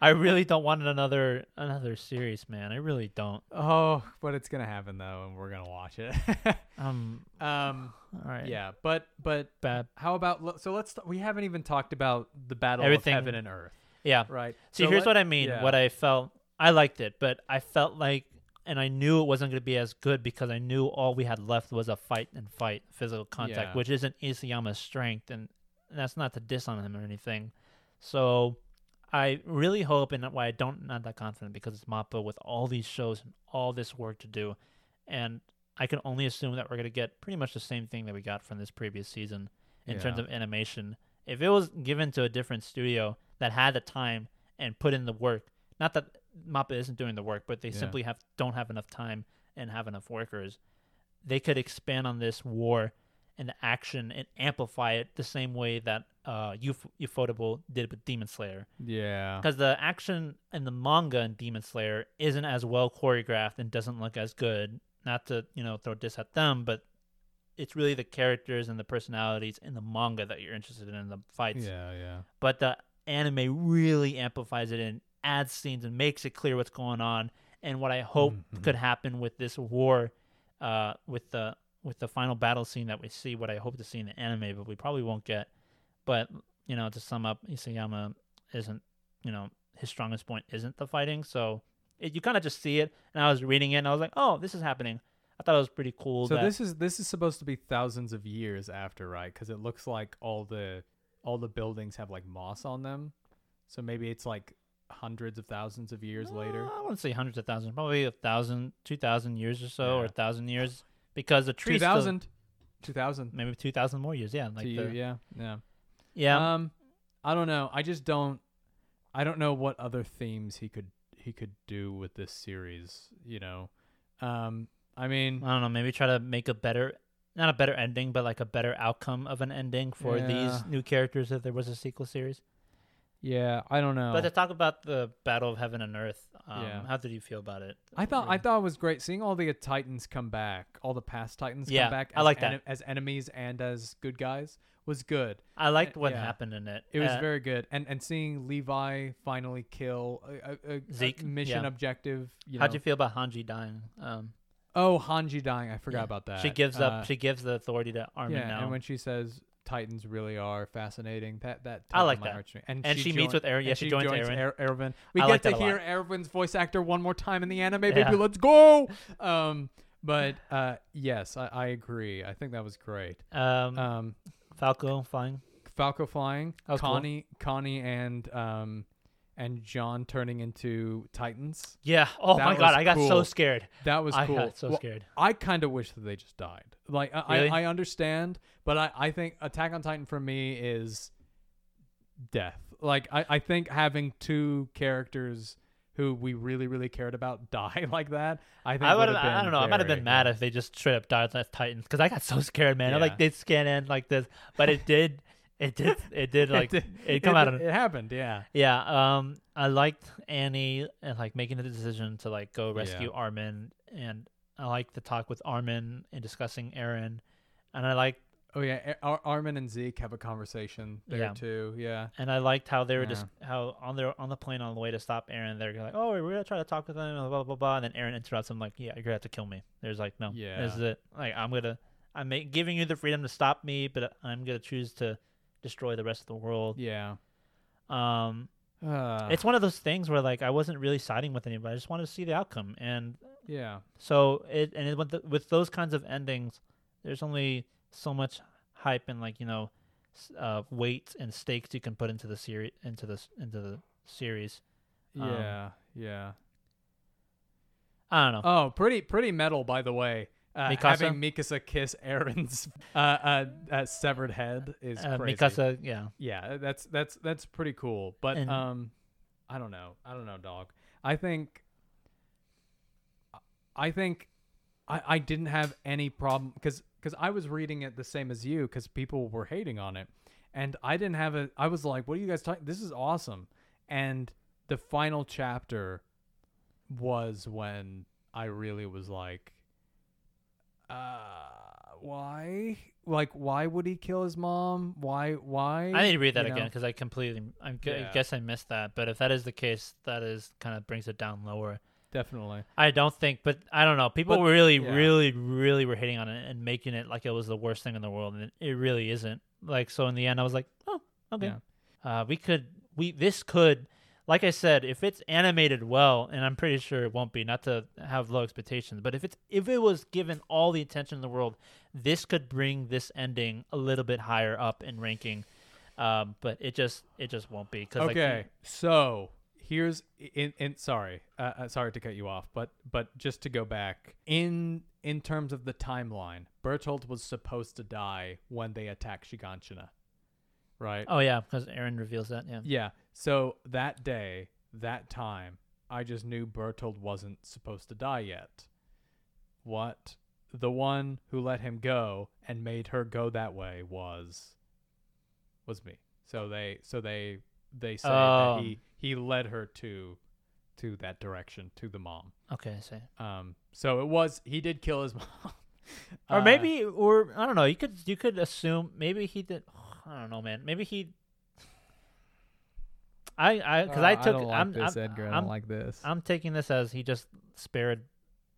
I really don't want another another series, man. I really don't. Oh, but it's gonna happen though, and we're gonna watch it. Um. um, All right. yeah, but but Bad. how about le- so? Let's we haven't even talked about the battle Everything- of heaven and earth, Yeah. right? See, So here's let- what I mean. yeah. What I felt, I liked it, but I felt like, and I knew it wasn't going to be as good because I knew all we had left was a fight and fight, physical contact, Yeah. which isn't Isayama's strength, and that's not to diss on him or anything. So, I really hope, and why I don't not that confident because it's Mappa with all these shows and all this work to do, and I can only assume that we're going to get pretty much the same thing that we got from this previous season in terms Yeah. of animation. If it was given to a different studio that had the time and put in the work, not that Mappa isn't doing the work, but they Yeah. simply have don't have enough time and have enough workers, they could expand on this war and the action and amplify it the same way that uh, Uf- Ufotable did with Demon Slayer yeah, because the action in the manga in Demon Slayer isn't as well choreographed and doesn't look as good. Not to you know throw diss at them, but it's really the characters and the personalities in the manga that you're interested in in the fights. yeah, yeah, But the anime really amplifies it and Mm-hmm. adds scenes and makes it clear what's going on. And what I hope could happen with this war uh, with the with the final battle scene that we see what I hope to see in the anime, but we probably won't get. But you know, to sum up, Isayama isn't you know his strongest point isn't the fighting, so it, you kind of just see it. And I was reading it, and I was like, oh, this is happening. I thought it was pretty cool. So that, this is this is supposed to be thousands of years after, right? Because it looks like all the all the buildings have like moss on them. So maybe it's like hundreds of thousands of years later. Uh, I wouldn't say hundreds of thousands, probably a thousand, two thousand years or so, or Yeah. a thousand years, because the tree Two still- thousand. Two thousand. maybe two thousand more years. Yeah, like to you, the- yeah, yeah. yeah. Um, I don't know. I just don't. I don't know what other themes he could he could do with this series. You know, um, I mean, I don't know, maybe try to make a better not a better ending, but like a better outcome of an ending for Yeah. these new characters if there was a sequel series. yeah, I don't know. But to talk about the Battle of Heaven and Earth, um, Oh. Yeah. how did you feel about it? I thought I Ruben? thought it was great seeing all the Titans come back, all the past Titans Yeah, come back. I as like that. ene- as enemies and as good guys was good. I liked what yeah. happened in it. It was Uh, very good, and and seeing Levi finally kill a, a- a- a Zeke, mission yeah. objective. You How'd know. you feel about Hanji dying? Um, Oh, Hanji dying. I forgot yeah. about that. She gives Uh, up. She gives the authority to Armin yeah, now. and when she says Titans really are fascinating, that that I tugged like at my that. heartstrings. And she meets with Eren- yeah, and she joins Eren. Er- Erwin. We I get like to that a hear lot. Erwin's voice actor one more time in the anime, Yeah. baby. Let's go. Um, but uh, yes, I, I agree. I think that was great. um, Um, Falco flying. Falco flying, That was cool. Connie, Connie, and um, and John turning into Titans. Yeah. Oh That my god, was I got so cool. scared. That was I cool. got so Well, scared. I kind of wish that they just died. Like I, Really? I, I understand, but I, I think Attack on Titan for me is death. Like I, I think having two characters who we really really cared about die like that, I think I would. would've I I been don't know. I might have very- been mad if they just straight up died as Titans because I got so scared, man. I Yeah. like did scan in like this, but it did. It did. It did. Like it, did- come out. did- Of, It happened. Yeah. yeah. Um. I liked Annie and like making the decision to like go rescue Armin, and I liked the talk with Armin and discussing Aaron, and I liked Oh yeah. Ar- Armin and Zeke have a conversation there Yeah. too. Yeah. and I liked how they were Yeah. just how on their on the plane on the way to stop Aaron, they're like, "Oh, we're gonna try to talk with them," blah blah blah, blah. And then Aaron interrupts him, like, "Yeah, you're gonna have to kill me." There's like, "No, this Yeah. is it. Like, I'm gonna, I'm ma- giving you the freedom to stop me, but I'm gonna choose to destroy the rest of the world." Yeah. Um, Uh, it's one of those things where like I wasn't really siding with anybody. I just wanted to see the outcome, and yeah. so it and it, with, the, with those kinds of endings, there's only so much hype and like you know, s- uh, weight and stakes you can put into the series into the s- into the series. Um, Yeah. yeah. I don't know. Oh, pretty pretty metal, by the way. Uh, Mikasa? having Mikasa kiss Aaron's uh, uh, uh, severed head is uh, crazy. Mikasa, yeah, Yeah, that's that's that's pretty cool. But And- um, I don't know. I don't know, dog. I think. I think, I I didn't have any problem because because I was reading it the same as you because people were hating on it, and I didn't have a. I was like, what are you guys talking? This is awesome, and the final chapter was when I really was like, uh, why? Like, why would he kill his mom? Why? Why? I need to read that You again know? 'cause again because I completely, I'm, gu- I Yeah. guess I missed that. But if that is the case, that is kind of brings it down lower. Definitely. I don't think, but I don't know. People But- really, yeah. really, really were hating on it and making it like it was the worst thing in the world, and it really isn't. Like so, in the end, I was like, oh, okay. Uh, we could, we this could, like I said, if it's animated well, and I'm pretty sure it won't be. Not to have low expectations, but if it's if it was given all the attention in the world, this could bring this ending a little bit higher up in ranking. Um, but it just it just won't be because Okay. so here's in in sorry, uh, uh, sorry to cut you off, but but just to go back in in terms of the timeline, Bertolt was supposed to die when they attacked Shiganshina, right? oh yeah, because Aaron reveals that yeah. Yeah. So that day, that time, I just knew Bertold wasn't supposed to die yet. What? The one who let him go and made her go that way was was me. So they so they they say Oh. that he he led her to to that direction to the mom. Okay, I see. Um so it was he did kill his mom. or Uh, maybe or I don't know. You could you could assume maybe he did. I don't know, man. Maybe he. I I because I took I'm I'm, I'm, Oh, uh, like this. I'm taking this as he just spared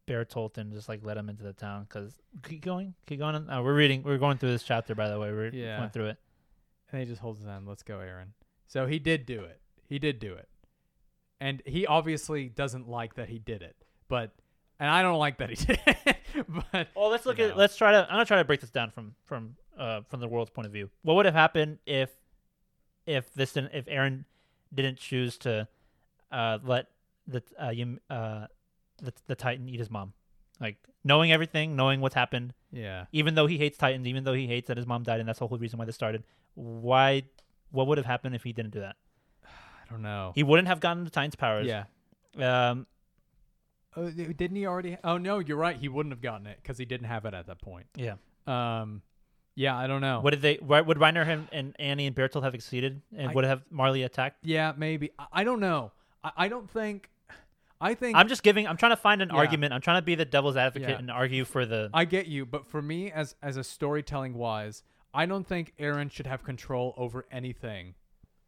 Bear Tolton just like led him into the town. Because keep going, keep going. Uh, we're reading, we're going through this chapter by the way. We're Yeah. going through it. And he just holds his hand. Let's go, Aaron. So he did do it. He did do it. And he obviously doesn't like that he did it. But and I don't like that he did it. but Well, let's look you at. know. Let's try to. I'm gonna try to break this down from from uh from the world's point of view. What would have happened if if this didn't if Aaron didn't choose to uh let the uh, Ym- uh the, the Titan eat his mom, like knowing everything, knowing what's happened, Yeah. even though he hates Titans, even though he hates that his mom died, and that's the whole reason why this started. Why? What would have happened if he didn't do that? I don't know. He wouldn't have gotten the Titan's powers. yeah. Um. Oh, th- didn't he already? Oh no, you're right. He wouldn't have gotten it because he didn't have it at that point. Yeah. Um. Yeah, I don't know. What did they? Why, would Reiner him and Annie and Bertolt have succeeded? And I- would have Marley attacked? Yeah, maybe. I, I don't know. I, I don't think. I think I'm just giving. I'm trying to find an Yeah. argument. I'm trying to be the devil's advocate Yeah. and argue for the. I get you, but for me, as as a storytelling wise, I don't think Aaron should have control over anything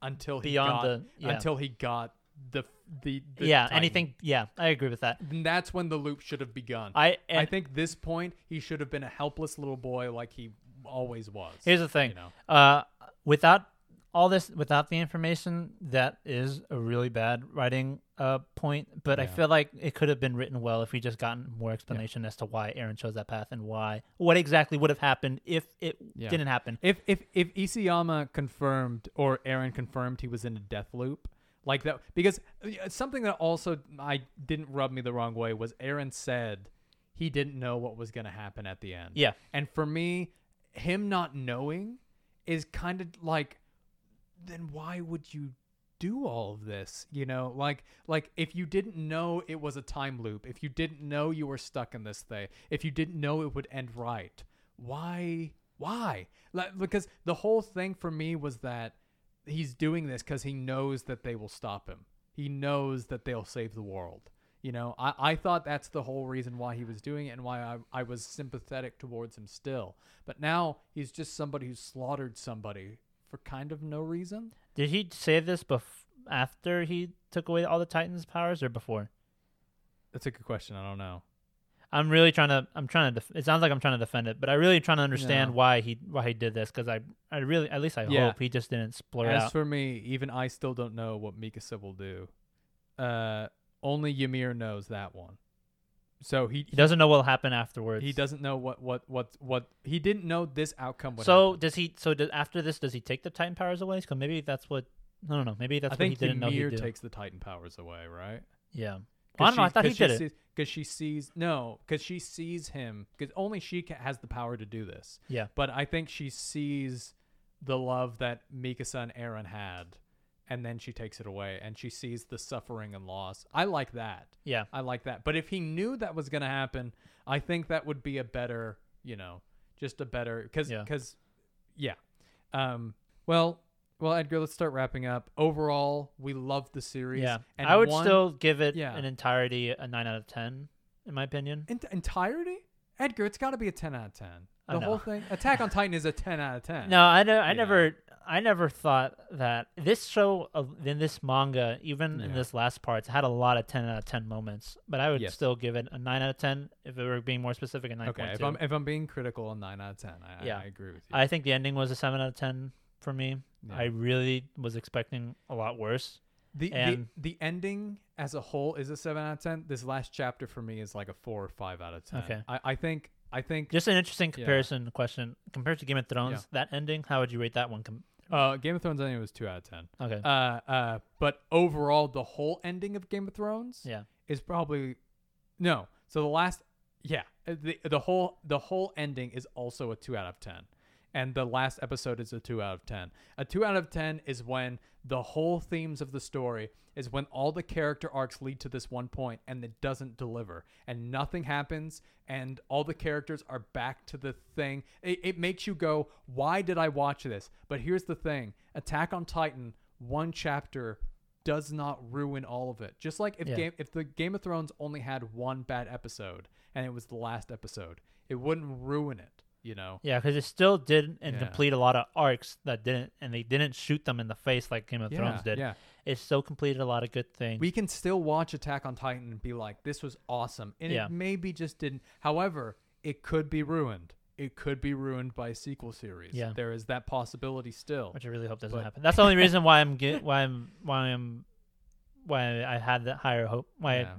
until he Beyond got, the- yeah. until he got the the, the yeah, Titan. anything. Yeah, I agree with that. Then that's when the loop should have begun. I and I think this point he should have been a helpless little boy like he always was. here's the thing. you know. Uh, without all this, without the information, that is a really bad writing uh point. But I feel like it could have been written well if we just gotten more explanation as to why Aaron chose that path and why what exactly would have happened if it Yeah. didn't happen. If if if Isayama confirmed or Aaron confirmed he was in a death loop like that, because uh, something that also I didn't rub me the wrong way was Aaron said he didn't know what was going to happen at the end. Yeah. and for me, him not knowing is kind of like, then why would you? do all of this you know like like if you didn't know it was a time loop if you didn't know you were stuck in this thing if you didn't know it would end right why why like, because the whole thing for me was that he's doing this because he knows that they will stop him he knows that they'll save the world you know i, I thought that's the whole reason why he was doing it and why I, I was sympathetic towards him still but now he's just somebody who slaughtered somebody for kind of no reason Did he say this bef- after he took away all the Titans' powers or before? that's a good question i don't know I'm really trying to. I'm trying to. Def- it sounds like I'm trying to defend it, but I really trying to understand No. why he why he did this because I I really at least I Yeah. hope he just didn't splur As out. for me, even I still don't know what Mikasa will do. Uh, only Ymir knows that one. So he he doesn't know what'll happen afterwards. he doesn't know what what what what he didn't know this outcome would So happen. does he? So do, after this, does he take the Titan powers away? Because maybe that's what. No, no, no. Maybe that's I what think he didn't know Ymir he did. takes the Titan powers away, right? yeah. Well, I don't know. I thought he did it. because she sees no because she sees him because only she ca- has the power to do this. Yeah. but I think she sees the love that Mikasa and Aaron had, and then she takes it away, and she sees the suffering and loss. I like that. Yeah. I like that. But if he knew that was going to happen, I think that would be a better, you know, just a better because Yeah. because yeah. Um. Well. Well, Edgar, let's start wrapping up. Overall, we love the series. Yeah. I would one- still give it yeah. an entirety a nine out of ten in my opinion. in- entirety. Edgar, it's got to be a ten out of ten. I The know. whole thing. Attack on Titan is a ten out of ten. No, I know. I you know. never. I never thought that this show of in this manga, even in Yeah. this last part, had a lot of ten out of ten moments. But I would Yes. still give it a nine out of ten if it were being more specific. A nine Okay, if I'm if I'm being critical, a nine out of ten. I, I- Yeah. I agree with you. I think the ending was a seven out of ten for me. Yeah. I really was expecting a lot worse. the, and- the the ending as a whole is a seven out of ten. This last chapter for me is like a four or five out of ten. Okay. I, I think I think Just an interesting Yeah. comparison question compared to Game of Thrones. That ending, how would you rate that one? Com- uh, Game of Thrones ending was two out of ten. okay, Uh, uh, but overall, the whole ending of Game of Thrones yeah, is probably no. So the last, yeah, uh, the the whole the whole ending is also a two out of ten, and the last episode is a two out of ten. A two out of ten is when the whole themes of the story is when all the character arcs lead to this one point and it doesn't deliver and nothing happens and all the characters are back to the thing it, it makes you go why did i watch this but here's the thing attack on titan one chapter does not ruin all of it. Just like if Yeah. game if the Game of Thrones only had one bad episode and it was the last episode, it wouldn't ruin it. you know. Yeah, because it still did and Yeah. complete a lot of arcs that didn't, and they didn't shoot them in the face like Game of Thrones Yeah, did. yeah. It still completed a lot of good things. We can still watch Attack on Titan and be like, this was awesome. And Yeah. it maybe just didn't. However, it could be ruined. It could be ruined by a sequel series. Yeah. There is that possibility still. which I really hope doesn't But- happen. That's the only reason why I'm get, why I'm why I'm why I had that higher hope. Why Yeah.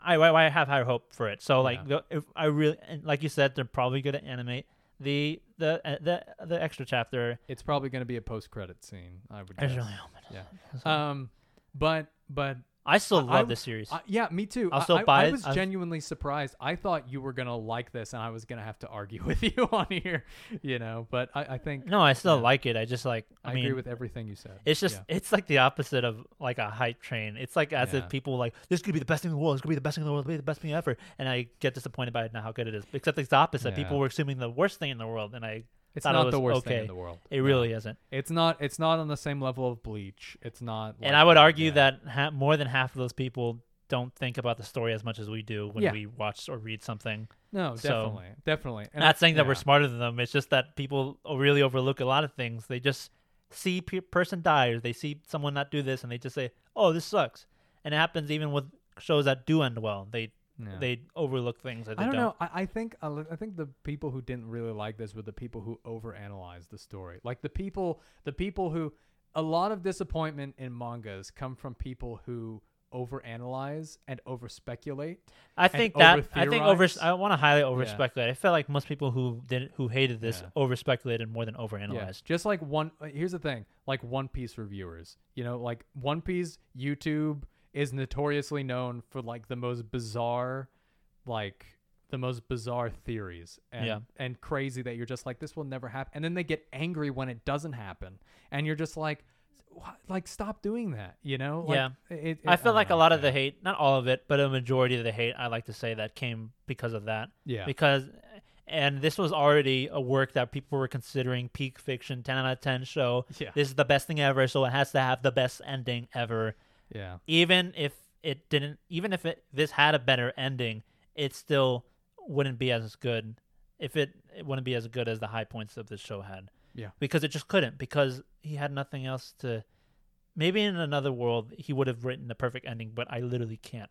I why, why I have higher hope for it. So like Yeah. go- if I really and like you said, they're probably going to animate the the uh, the the extra chapter. It's probably going to be a post credit scene, I would I guess. really hope it yeah. doesn't. Um, but, but, I still I- love this series. I, yeah, me too. I'll I- still I, buy I it. was I'll- genuinely surprised. I thought you were going to like this and I was going to have to argue with you on here, you know, but I, I think no, I still like it. I just like I, I, mean, agree with everything you said. It's just Yeah. it's like the opposite of like a hype train. It's like as Yeah. if people were like this could be the best thing in the world. This could be the best thing in the world. It'll be the best thing ever. And I get disappointed by it now how good it is. Except it's the opposite. People Yeah. were assuming the worst thing in the world, and I It's thought it not was the worst okay. thing in the world. It really isn't. It's not. It's not on the same level of Bleach. It's not. like and I would that, argue yeah. that ha- more than half of those people don't think about the story as much as we do when Yeah. we watch or read something. No, so- definitely, definitely. And I- Not saying that we're yeah. smarter than them. It's just that people o- really overlook a lot of things. They just see pe- person die or they see someone not do this and they just say, "Oh, this sucks." And it happens even with shows that do end well. They Yeah. they overlook things that they I don't know. I, I think I li- I think the people who didn't really like this were the people who overanalyzed the story. Like the people, the people who a lot of disappointment in mangas come from people who overanalyze and overspeculate. I and think that I think over overtheorize. I want to highlight over Yeah. speculate. I feel like most people who didn't who hated this Yeah. over speculated more than Yeah, overanalyzed. just like one. uh, Here's the thing: like One Piece reviewers, you know, like One Piece YouTube is notoriously known for like the most bizarre, like the most bizarre theories and Yeah. and crazy that you're just like this will never happen, and then they get angry when it doesn't happen, and you're just like, "Wha- like stop doing that, you know? Like, Yeah. it, it- I feel don't like a know, lot of yeah. the hate, not all of it, but a majority of the hate, I like to say that came because of that. Yeah. Because, and this was already a work that people were considering peak fiction, 10 out of 10 show. Yeah. This is the best thing ever, so it has to have the best ending ever. yeah. Even if it didn't, even if it, this had a better ending, it still wouldn't be as good. If it, it wouldn't be as good as the high points of this show had Yeah. because it just couldn't because he had nothing else to maybe in another world he would have written the perfect ending but i literally can't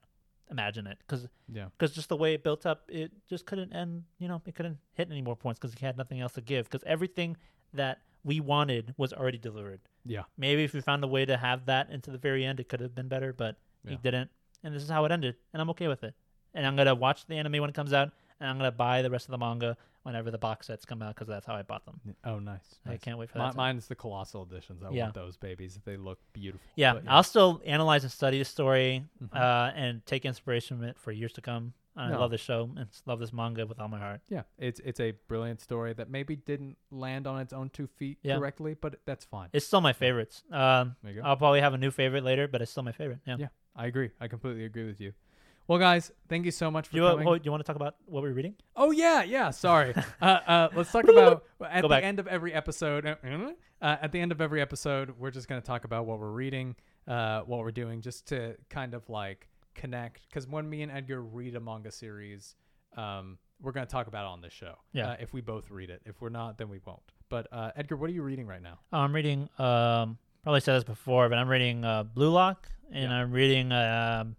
imagine it because Yeah. just the way it built up it just couldn't end you know it couldn't hit any more points because he had nothing else to give because everything that we wanted was already delivered Yeah. maybe if we found a way to have that into the very end it could have been better but he Yeah. didn't and this is how it ended and i'm okay with it and i'm gonna watch the anime when it comes out and i'm gonna buy the rest of the manga whenever the box sets come out because that's how i bought them Oh, nice. I nice. can't wait for Mi- that to- Mine's the colossal editions. I Yeah. want those babies. They look beautiful. Yeah, but Mm-hmm. I'll still analyze and study the story uh, and take inspiration from it for years to come. And I No. love this show and s- love this manga with all my heart. Yeah, it's it's a brilliant story that maybe didn't land on its own two feet Yeah. correctly, but that's fine. It's still my favorites. Um, There you go. I'll probably have a new favorite later, but it's still my favorite. Yeah. yeah, I agree. I completely agree with you. Well, guys, thank you so much for Do you, coming. wa- do you want to talk about what we're reading? oh yeah, yeah. Sorry. uh, uh, let's talk about at the Go back. end of every episode. uh, Uh, at the end of every episode, we're just gonna talk about what we're reading, uh, what we're doing, just to kind of like connect. Because when me and Edgar read a manga series, um, we're gonna talk about it on this show. Yeah. Uh, if we both read it, if we're not, then we won't. But uh, Edgar, what are you reading right now? Oh, I'm reading. Um, probably said this before, but I'm reading uh, Blue Lock, and Yeah. I'm reading. Um,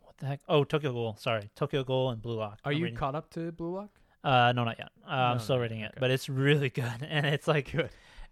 what the heck? Oh, Tokyo Ghoul. Sorry, Tokyo Ghoul and Blue Lock. Are I'm you reading- caught up to Blue Lock? Uh, no, not yet. Uh, No, I'm still no, reading it, okay. but it's really good, and it's like, Good.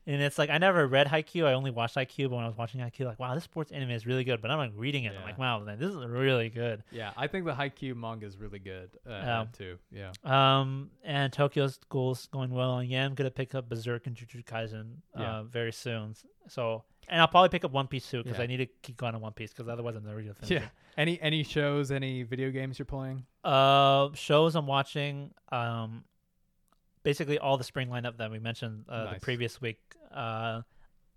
and it's like I never read Haikyuu. I only watched Haikyuu, but when I was watching Haikyuu, like, wow, this sports anime is really good. But I'm like reading it, I'm Yeah. like, wow, man, this is really good. Yeah, I think the Haikyuu manga is really good uh, Um, too. Yeah, Um, and Tokyo Ghoul's going well, and yeah, I'm gonna pick up Berserk and Jujutsu Kaisen uh, Yeah. very soon. So, and I'll probably pick up One Piece too because Yeah. I need to keep going on One Piece because otherwise I'm never gonna finish yeah. Any any shows, any video games you're playing? it. Uh, shows I'm watching. Um, basically all the spring lineup that we mentioned uh, the Nice. previous week. Uh,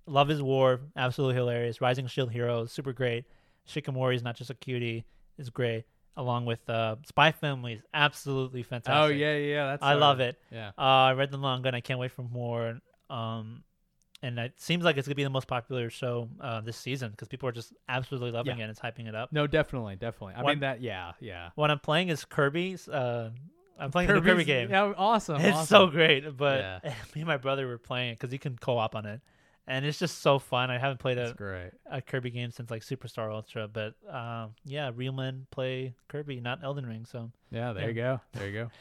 Love is War, absolutely hilarious. Rising Shield Heroes, super great. Shikamori is not just a cutie, is great. Along with uh, Spy Family is absolutely fantastic. Oh yeah, yeah, yeah, that's. I uh, love it. Yeah, Uh, I read the manga and I can't wait for more. Um, and it seems like it's gonna be the most popular show uh, this season because people are just absolutely loving Yeah. it. and It's hyping it up. no, definitely, definitely. I One- mean that. Yeah, yeah. What I'm playing is Kirby's uh, I'm playing the Kirby Kirby's- game. Yeah, awesome. It's so awesome. great. But Yeah. me and my brother were playing it because he can co-op on it, and it's just so fun. I haven't played It's a, great. a Kirby game since like Superstar Ultra, but um, yeah, real men play Kirby, not Elden Ring. So Yeah, there Yeah. you go. There you go.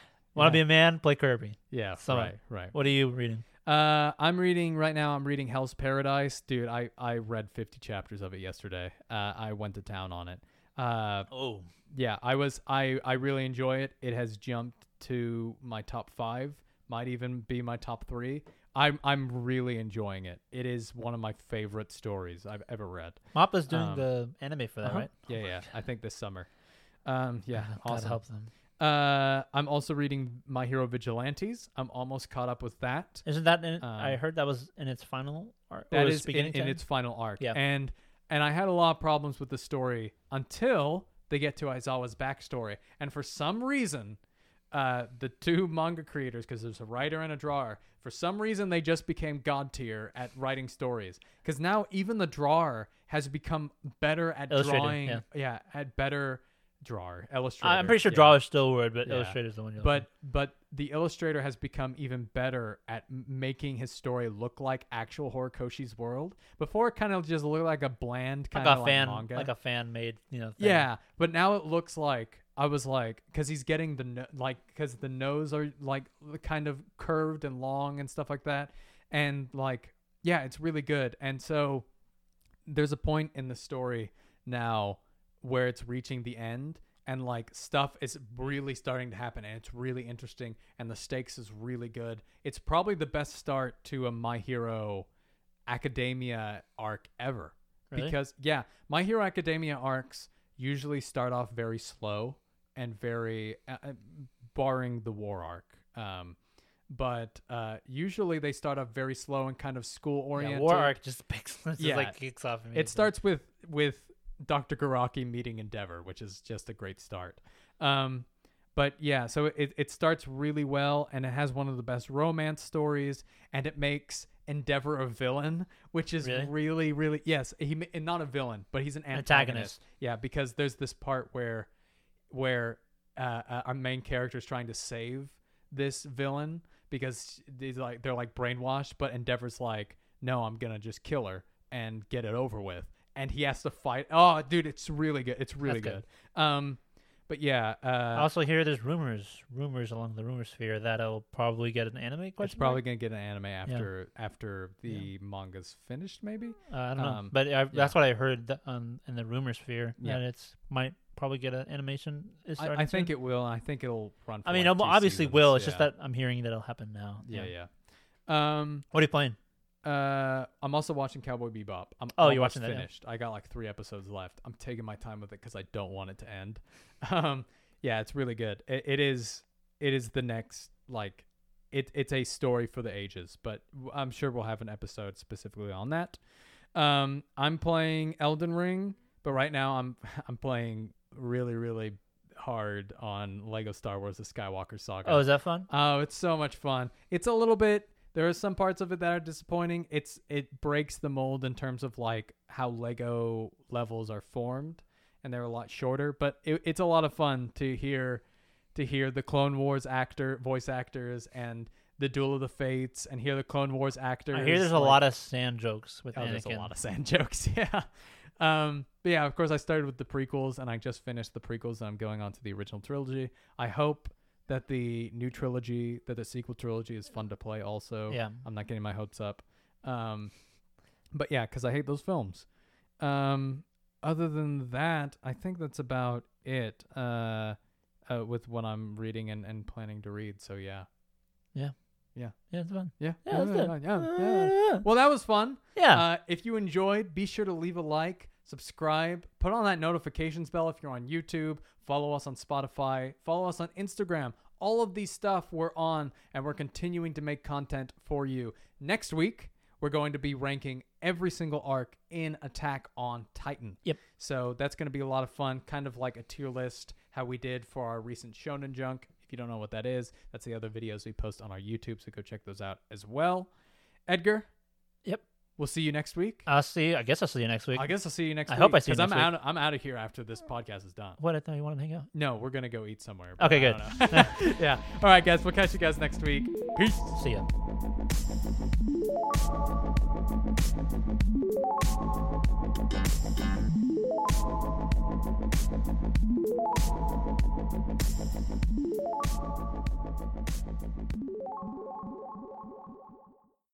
Yeah. want to be a man, play Kirby. Yeah, So- right, right. What are you reading? Uh, I'm reading right now. I'm reading Hell's Paradise, dude. I I read 50 chapters of it yesterday. Uh, I went to town on it. Uh, Oh, yeah, I was. I I really enjoy it. It has jumped to my top five. Might even be my top three. I'm I'm really enjoying it. It is one of my favorite stories I've ever read. Mappa's doing Um, the anime for that, Uh-huh. right? Yeah, yeah. I think this summer. Um, yeah, God awesome. help them. Uh, I'm also reading My Hero Vigilantes. I'm almost caught up with that. Isn't that? In, I Um, heard that was in its final. Or, That or its is in, beginning in time? its final arc. Yeah. And and I had a lot of problems with the story until they get to Aizawa's backstory. And for some reason, uh, the two manga creators, because there's a writer and a drawer, for some reason they just became god tier at writing stories. Because now even the drawer has become better at Illustrator, drawing. yeah. at better drawer illustrator. I- I'm pretty sure yeah. draw is still a word, but Yeah. illustrator is the one. You're But but the illustrator has become even better at m- making his story look like actual Horikoshi's world. Before it kind of just looked like a bland looking kind of for. like a like fan, manga. like a fan made, you know. Thing. yeah, but now it looks like I was like cuz he's getting the no- like cuz the nose are like kind of curved and long and stuff like that and like yeah, it's really good. And so there's a point in the story now where it's reaching the end and like stuff is really starting to happen and it's really interesting and the stakes is really good. It's probably the best start to a My Hero Academia arc ever. Really? Because yeah, My Hero Academia arcs usually start off very slow and very uh, uh, barring the war arc. Um but uh, usually they start off very slow and kind of school Yeah, oriented. War arc just picks, just Yeah. like kicks off. It immediately. starts with with Dr. Garaki meeting Endeavor, which is just a great start. Um, but yeah, so it, it starts really well, and it has one of the best romance stories, and it makes Endeavor a villain, which is Really? really, really, yes, he ma- and not a villain, but he's an antagonist. Antagonist. Yeah, because there's this part where where uh, uh, our main character is trying to save this villain because these like they're like brainwashed, but Endeavor's like, no, I'm gonna just kill her and get it over with, and he has to fight. Oh, dude, it's really good. It's really That's good. Um, but yeah, I uh, also hear there's rumors, rumors along the rumor sphere that it'll probably get an anime. it's Question probably mark? gonna get an anime after after the manga's finished, maybe. Uh, I don't know, um, but I, that's what I heard th- on in the rumor sphere Yeah. that it's might probably get an animation. Is I, starting I think soon. it will. and I think it'll run. For I mean, like ob- two obviously seasons. will. It's just Yeah. that I'm hearing that it'll happen now. Yeah, yeah. Um, What are you playing? Uh, I'm also watching Cowboy Bebop. I'm Oh, you're almost watching that, yeah. finished. I got like three episodes left. I'm taking my time with it because I don't want it to end. Um, yeah, it's really good. It, it is. It is the next like, it it's a story for the ages. But w- I'm sure we'll have an episode specifically on that. Um, I'm playing Elden Ring, but right now I'm I'm playing really really hard on Lego Star Wars: The Skywalker Saga. Oh, is that fun? Oh, it's so much fun. It's a little bit. There are some parts of it that are disappointing. It's it breaks the mold in terms of like how Lego levels are formed, and they're a lot shorter. But it, it's a lot of fun to hear, to hear the Clone Wars actor voice actors and the Duel of the Fates, and hear the Clone Wars actors. I hear there's a like- lot of sand jokes with Oh, Anakin. there's a lot of sand jokes. Yeah. Um, but yeah, of course, I started with the prequels and I just finished the prequels and I'm going on to the original trilogy. I hope that the new trilogy, that the sequel trilogy is fun to play also. Yeah. I'm not getting my hopes up. Um, but yeah, because I hate those films. Um, other than that, I think that's about it uh, uh, with what I'm reading and, and planning to read. So yeah. yeah, it's fun. Yeah. Yeah, that's yeah, good. yeah, yeah. Well, that was fun. Yeah. Uh, if you enjoyed, be sure to leave a like, subscribe, put on that notifications bell if you're on YouTube, follow us on Spotify, follow us on Instagram. All of these stuff we're on, and we're continuing to make content for you. Next week, we're going to be ranking every single arc in Attack on Titan. Yep. So that's going to be a lot of fun, kind of like a tier list, how we did for our recent Shonen Junk. If you don't know what that is, that's the other videos we post on our YouTube, so go check those out as well. Edgar, Yep. We'll see you next week. I'll see. I guess I'll see you next week. I guess I'll see you next Uh, I week. hope I see you Because I'm next out. I'm out of here after this podcast is done. What? I thought you wanted to hang out. No, we're gonna go eat somewhere. but Okay, I don't know. good. yeah. All right, guys. We'll catch you guys next week. Peace. See ya.